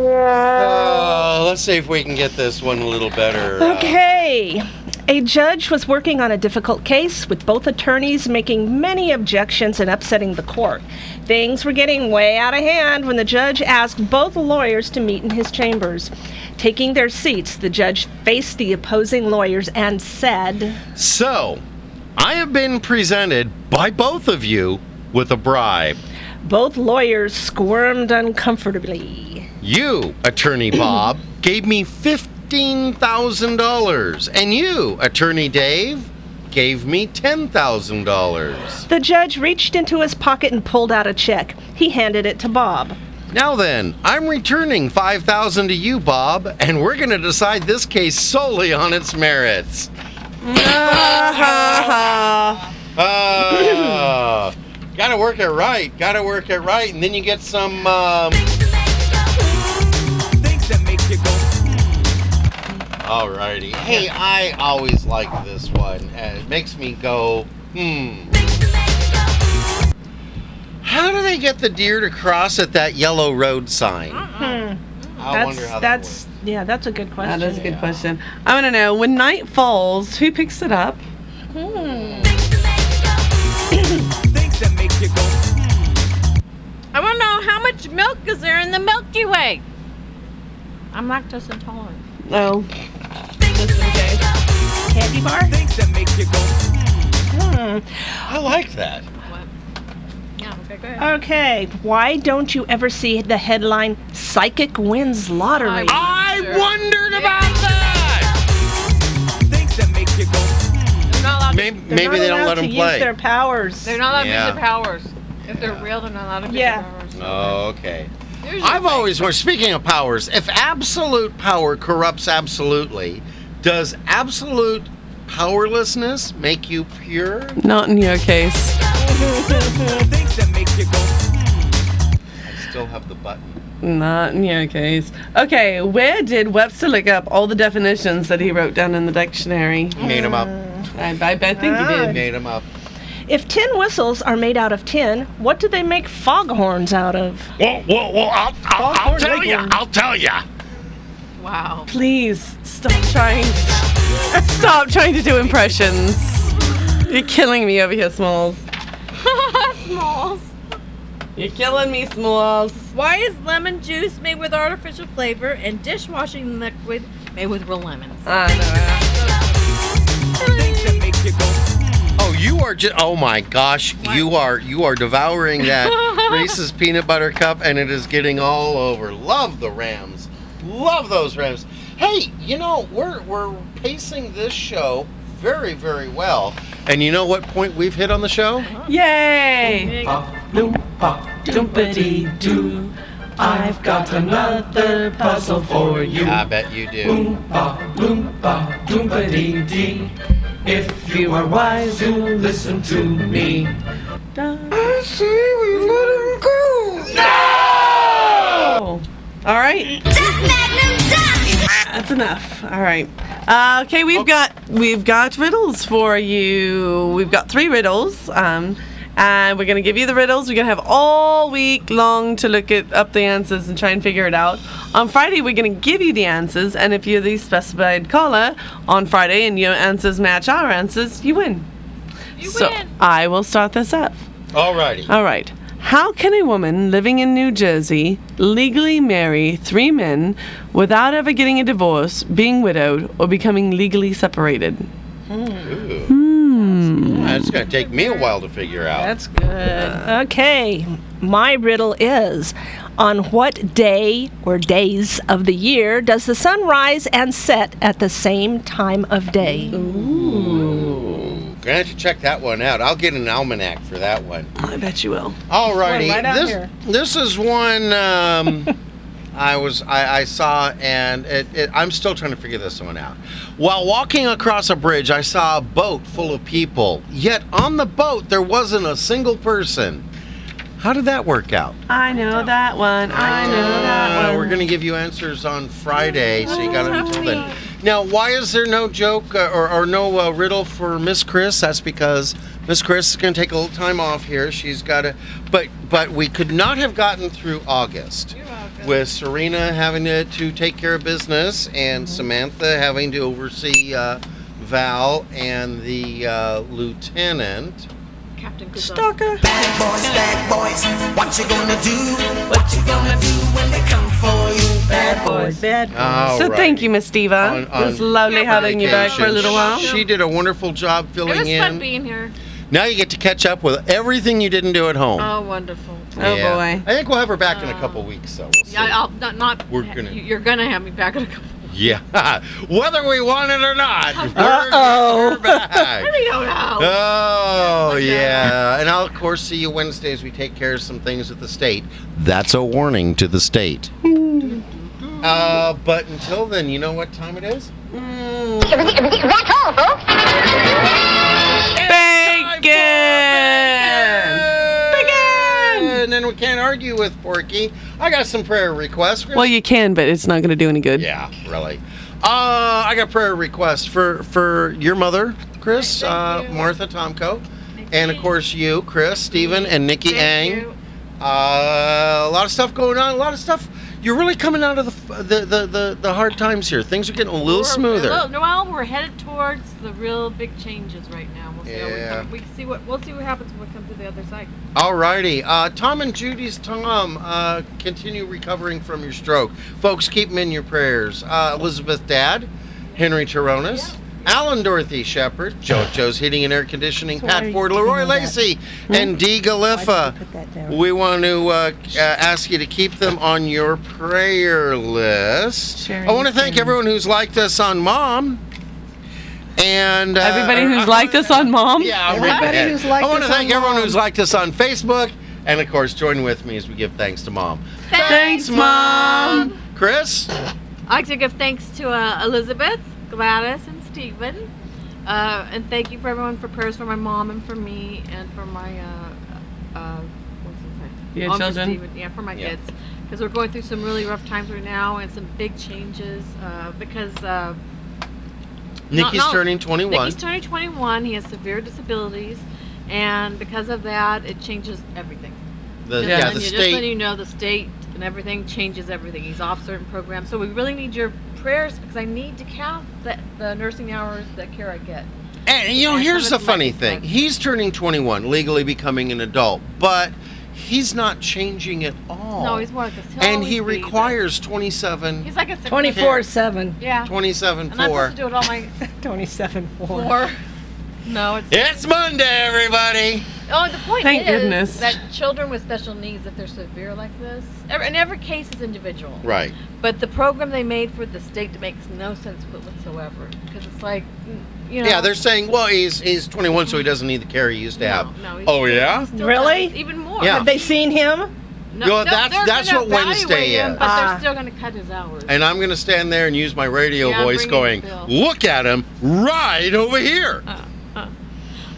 Speaker 3: Oh, let's see if we can get this one a little better. Uh,
Speaker 6: Okay. A judge was working on a difficult case with both attorneys making many objections and upsetting the court. Things were getting way out of hand when the judge asked both lawyers to meet in his chambers. Taking their seats, the judge faced the opposing lawyers and said,
Speaker 3: so, I have been presented by both of you with a bribe.
Speaker 6: Both lawyers squirmed uncomfortably.
Speaker 3: You, Attorney Bob, gave me $15,000, and you, Attorney Dave, gave me $10,000.
Speaker 6: The judge reached into his pocket and pulled out a check. He handed it to Bob.
Speaker 3: Now then, I'm returning 5000 to you, Bob, and we're going to decide this case solely on its merits. Ah, gotta work it right. Gotta work it right, and then you get some. Um... Alrighty. Hey, I always like this one. Uh, It makes me go, hmm. How do they get the deer to cross at that yellow road sign?
Speaker 2: Uh-uh.
Speaker 6: Hmm.
Speaker 3: I wonder how that
Speaker 6: that's yeah, that's a good question.
Speaker 1: That is a good question. I want to know when night falls, who picks it up?
Speaker 2: I want to know how much milk is there in the Milky Way. I'm lactose intolerant.
Speaker 1: Oh.
Speaker 6: Candy bar?
Speaker 3: I like that.
Speaker 2: Yeah, okay, go ahead.
Speaker 6: Okay, why don't you ever see the headline Psychic Wins
Speaker 2: Oh,
Speaker 6: Lottery?
Speaker 3: I wondered about
Speaker 2: They're not allowed to-
Speaker 3: Maybe, maybe they don't let them play.
Speaker 6: their powers.
Speaker 2: They're not allowed to
Speaker 3: Yeah.
Speaker 2: use their powers. If they're real, they're not allowed to use
Speaker 6: Yeah.
Speaker 2: their powers.
Speaker 3: Oh, okay.
Speaker 2: There's your
Speaker 3: I've
Speaker 2: thing.
Speaker 3: always wondered. Speaking of powers, if absolute power corrupts absolutely, does absolute powerlessness make you pure?
Speaker 1: Not in your case.
Speaker 3: I still have the button.
Speaker 1: Not in your case. Okay, where did Webster look up all the definitions that he wrote down in the dictionary?
Speaker 3: Made him up.
Speaker 1: I, I, I think he did.
Speaker 3: Made him up.
Speaker 6: If tin whistles are made out of tin, what do they make foghorns out of?
Speaker 3: Whoa, whoa, whoa! I'll, I'll, I'll tell
Speaker 6: you,
Speaker 3: I'll tell ya.
Speaker 2: Wow.
Speaker 1: Please stop trying. To, stop trying to do impressions. You're killing me over here, Smalls.
Speaker 2: Smalls.
Speaker 1: You're killing me, Smalls.
Speaker 2: Why is lemon juice made with artificial flavor and dishwashing liquid made with real lemons?
Speaker 1: I know.
Speaker 3: Oh, you are just. Oh my gosh, you are you are devouring that Reese's peanut butter cup, and it is getting all over. Love the Rams. Love those Rams. Hey, you know we're we're pacing this show very very well. And you know what point we've hit on the show?
Speaker 1: Yay!
Speaker 8: Doo. I've got another puzzle for you.
Speaker 3: I bet you do.
Speaker 8: Oompa doompity dee. If you are wise, you'll listen to me.
Speaker 1: I see we let him go.
Speaker 3: Oh.
Speaker 1: No! All right. That's enough. All right. Uh, okay, we've got we've got riddles for you. We've got three riddles. Um, and we're gonna give you the riddles. We're gonna have all week long to look at up the answers and try and figure it out. On Friday, we're gonna give you the answers, and if you're the specified caller on Friday and your answers match our answers, you win.
Speaker 2: You
Speaker 1: so
Speaker 2: win.
Speaker 1: I will start this up.
Speaker 3: Alrighty.
Speaker 1: All right. How can a woman living in New Jersey legally marry three men without ever getting a divorce, being widowed, or becoming legally separated?
Speaker 3: That's gonna take me a while to figure out.
Speaker 6: That's good. okay, my riddle is on what day or days of the year does the sun rise and set at the same time of day?
Speaker 3: Gonna have to check that one out. I'll get an almanac for that one.
Speaker 1: I bet you will.
Speaker 3: Alrighty,
Speaker 6: One right out
Speaker 3: this
Speaker 6: here.
Speaker 3: this is one
Speaker 1: <laughs>
Speaker 3: um, I was I, I saw, and it, it, I'm still trying to figure this one out. While walking across a bridge, I saw a boat full of people. Yet on the boat, there wasn't a single person. How did that work out?
Speaker 1: I know that one. I know that
Speaker 3: Uh,
Speaker 1: one.
Speaker 3: we're gonna give you answers on Friday, so you got to until then. Now, why is there no joke uh, or, or no uh, riddle for Miss Chris? That's because Miss Chris is gonna take a little time off here. She's got to, but but we could not have gotten through August with Serena having to, to take care of business and
Speaker 2: Mm-hmm.
Speaker 3: Samantha having to oversee uh, Val and the uh, lieutenant.
Speaker 2: Captain Cook.
Speaker 1: Stalker.
Speaker 4: Bad boys, bad boys, what you gonna do? What you gonna do when they come for you? Bad boys.
Speaker 6: Bed.
Speaker 3: All
Speaker 1: so
Speaker 3: right.
Speaker 1: thank you, Miss Diva.
Speaker 3: On-
Speaker 1: it was
Speaker 3: on
Speaker 1: lovely having you back for a little while.
Speaker 3: She did a wonderful job filling
Speaker 2: It was
Speaker 3: in.
Speaker 2: fun being here.
Speaker 3: Now you get to catch up with everything you didn't do at home.
Speaker 2: Oh, wonderful.
Speaker 3: Yeah. I think we'll have her back in a couple weeks, so we'll see.
Speaker 2: Yeah, I'll not. not
Speaker 3: We're gonna-
Speaker 2: you- You're gonna have me back in a couple. <laughs>
Speaker 3: Yeah, <laughs> whether we want it or not, we're-
Speaker 2: Uh-oh.
Speaker 3: we're back.
Speaker 2: I don't know.
Speaker 3: Oh yeah, and I'll of course see you Wednesdays. We take care of some things with the state. That's a warning to the state. Uh, but until then, you know what time it is?
Speaker 5: That's all, folks.
Speaker 1: Bacon!
Speaker 3: And then we can't argue with Porky. I got some prayer requests.
Speaker 1: Well, you can, but it's not going to do any good.
Speaker 3: Yeah, really. Uh, I got prayer requests for for your mother, Chris, uh, Martha Tomko, and of course you, Chris, Stephen, and Nikki Ang. Uh, a lot of stuff going on. A lot of stuff. You're really coming out of the f- the the, the, the hard times here. Things are getting a little
Speaker 2: We're-
Speaker 3: smoother.
Speaker 2: Well, no, well, we're headed towards the real big changes right now. We'll see how we
Speaker 3: Yeah.
Speaker 2: come. We see what we'll see what happens when we come to the other side.
Speaker 3: Alrighty, uh, Tom and Judy's Tom, uh, continue recovering from your stroke. Folks, keep him in your prayers. Uh, Elizabeth Dad, Henry Taronis, Alan Dorothy Shepherd, JoJo's Heating and Air Conditioning,
Speaker 21: So why are
Speaker 3: Pat
Speaker 21: you
Speaker 3: Ford,
Speaker 21: doing
Speaker 3: Leroy
Speaker 21: that?
Speaker 3: Lacey,
Speaker 1: Hmm?
Speaker 3: and Dee Galiffa. We want to uh, uh, ask you to keep them on your prayer list. I want to thank everyone who's liked us on Mom. And uh,
Speaker 1: Everybody who's
Speaker 3: I-
Speaker 1: liked us on
Speaker 2: Um,
Speaker 1: Mom?
Speaker 3: Yeah, I'll read that. I want to thank everyone who's liked us on Facebook, and of course, join with me as we give thanks to Mom.
Speaker 2: Thanks,
Speaker 3: Mom. Chris,
Speaker 2: I'd like to give thanks to uh, Elizabeth, Gladys, and Stephen. Uh, and thank you for everyone for prayers for my mom and for me and for my, uh, uh, what's his name?
Speaker 1: Your
Speaker 2: Uncle
Speaker 1: children?
Speaker 2: Stephen. Yeah, for my
Speaker 1: Yeah.
Speaker 2: kids. Because we're going through some really rough times right now and some big changes. Uh, because uh, not-
Speaker 3: Nikki's
Speaker 2: not-
Speaker 3: turning 21.
Speaker 2: Nikki's turning 21. He has severe disabilities. And because of that, it changes everything.
Speaker 3: The-
Speaker 2: just
Speaker 3: yeah,
Speaker 2: letting
Speaker 3: the
Speaker 2: you, Just
Speaker 3: state-
Speaker 2: letting you know the state and everything changes everything. He's off certain programs. So we really need your prayers because I need to count the, the nursing hours that care I get.
Speaker 3: And you know, here's the funny thing. He's turning 21, legally becoming an adult, but he's not changing at all.
Speaker 2: No, he's more like this. He'll
Speaker 3: and he
Speaker 2: always be-
Speaker 3: requires 27
Speaker 2: He's like a sick kid.
Speaker 3: 24/7.
Speaker 2: Yeah.
Speaker 3: 27
Speaker 2: And I'm
Speaker 3: 4.
Speaker 2: supposed to do it all my
Speaker 6: 27 4.
Speaker 2: four. No, it's.
Speaker 3: It's Monday, everybody.
Speaker 2: Oh, the point
Speaker 1: Thank
Speaker 2: is
Speaker 1: goodness.
Speaker 2: that children with special needs, if they're severe like this, every, and every case is individual.
Speaker 3: Right.
Speaker 2: But the program they made for the state makes no sense whatsoever because it's like, mm, you know.
Speaker 3: yeah, they're saying, well, he's he's 21, so he doesn't need the care he used to have.
Speaker 2: no, he's
Speaker 3: oh yeah.
Speaker 2: still
Speaker 6: Really?
Speaker 2: does Even more.
Speaker 3: Yeah. Have they
Speaker 6: seen him?
Speaker 2: No, no,
Speaker 3: Well, that's-
Speaker 2: they're
Speaker 3: that's
Speaker 2: gonna
Speaker 3: what Wednesday
Speaker 2: evaluate him,
Speaker 3: is.
Speaker 2: But
Speaker 3: Ah.
Speaker 2: they're still going to cut his hours.
Speaker 3: And I'm going to stand there and use my radio
Speaker 2: Yeah,
Speaker 3: voice
Speaker 2: bring
Speaker 3: going,
Speaker 2: in the bill.
Speaker 3: look at him right over here.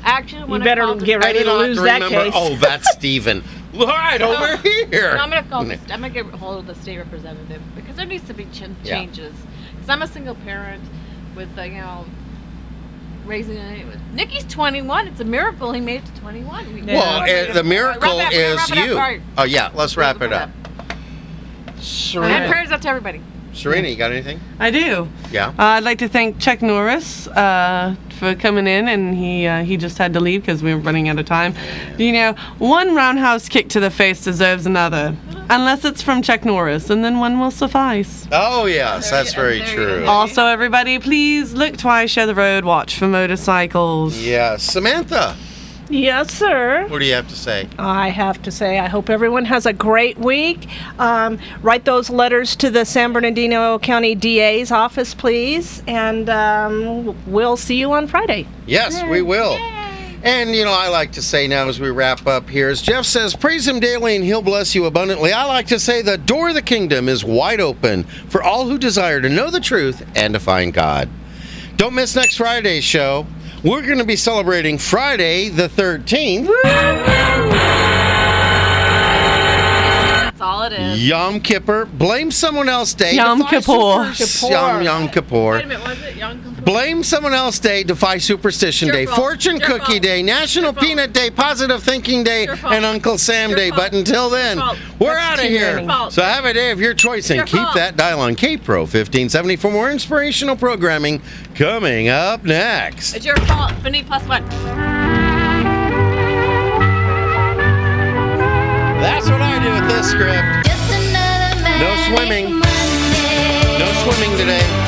Speaker 2: Actually, when I called the-
Speaker 3: I did not remember, Oh, that's <laughs> Steven. right
Speaker 2: No.
Speaker 3: over here.
Speaker 2: No, I'm gonna call. The, I'm gonna get hold of the state representative because there needs to be ch-
Speaker 3: Yeah.
Speaker 2: changes. Because I'm a single parent with uh, you know raising. A, Nikki's 21. It's a miracle he made it to 21. We-
Speaker 3: Well,
Speaker 2: Alright,
Speaker 3: uh, the miracle
Speaker 2: wrap it up,
Speaker 3: is
Speaker 2: wrap it up,
Speaker 3: you.
Speaker 2: alright.
Speaker 3: Oh, yeah, let's wrap it up.
Speaker 2: And
Speaker 3: Serena,
Speaker 2: prayers out to everybody.
Speaker 3: Serena, you got anything?
Speaker 1: I do.
Speaker 3: Yeah.
Speaker 1: Uh, I'd like to thank Chuck Norris uh, for coming in, and he uh, he just had to leave because we were running out of time. You know, one roundhouse kick to the face deserves another, unless it's from Chuck Norris, and then one will suffice.
Speaker 3: Oh, yes, that's very true.
Speaker 1: Also, everybody, please look twice, share the road, watch for motorcycles.
Speaker 3: Yeah, Samantha,
Speaker 6: Yes, sir.
Speaker 3: what do you have to say?
Speaker 6: I have to say, I hope everyone has a great week. Um, write those letters to the San Bernardino County DA's office, please, and um, we'll see you on Friday.
Speaker 3: Yes, we will. And you know, I like to say now as we wrap up here, as Jeff says, praise him daily and he'll bless you abundantly. I like to say the door of the kingdom is wide open for all who desire to know the truth and to find God. Don't miss next Friday's show. We're going to be celebrating Friday the 13th.
Speaker 2: That's all it is.
Speaker 3: Yom Kippur. Blame someone else day.
Speaker 1: Yom
Speaker 3: Defy
Speaker 1: Kippur.
Speaker 3: super- Yom, Yom Kippur.
Speaker 2: Wait a minute, was it Young?
Speaker 3: Blame someone else day. Defy superstition
Speaker 2: Your
Speaker 3: day.
Speaker 2: fault.
Speaker 3: Fortune
Speaker 2: Your
Speaker 3: cookie
Speaker 2: fault.
Speaker 3: day. National peanut day. Positive thinking day.
Speaker 2: Your fault.
Speaker 3: And Uncle Sam
Speaker 2: Your
Speaker 3: day.
Speaker 2: fault.
Speaker 3: But until
Speaker 2: Your
Speaker 3: then,
Speaker 2: fault.
Speaker 3: we're
Speaker 2: That's
Speaker 3: out of
Speaker 2: too
Speaker 3: here.
Speaker 2: many. Fault.
Speaker 3: So have a day of your choice and
Speaker 2: Your
Speaker 3: keep
Speaker 2: fault.
Speaker 3: that dial on K Pro 1570 for more inspirational programming coming up next.
Speaker 2: It's your fault. Vinny plus one.
Speaker 3: That's what I do with this script. No swimming. No swimming today.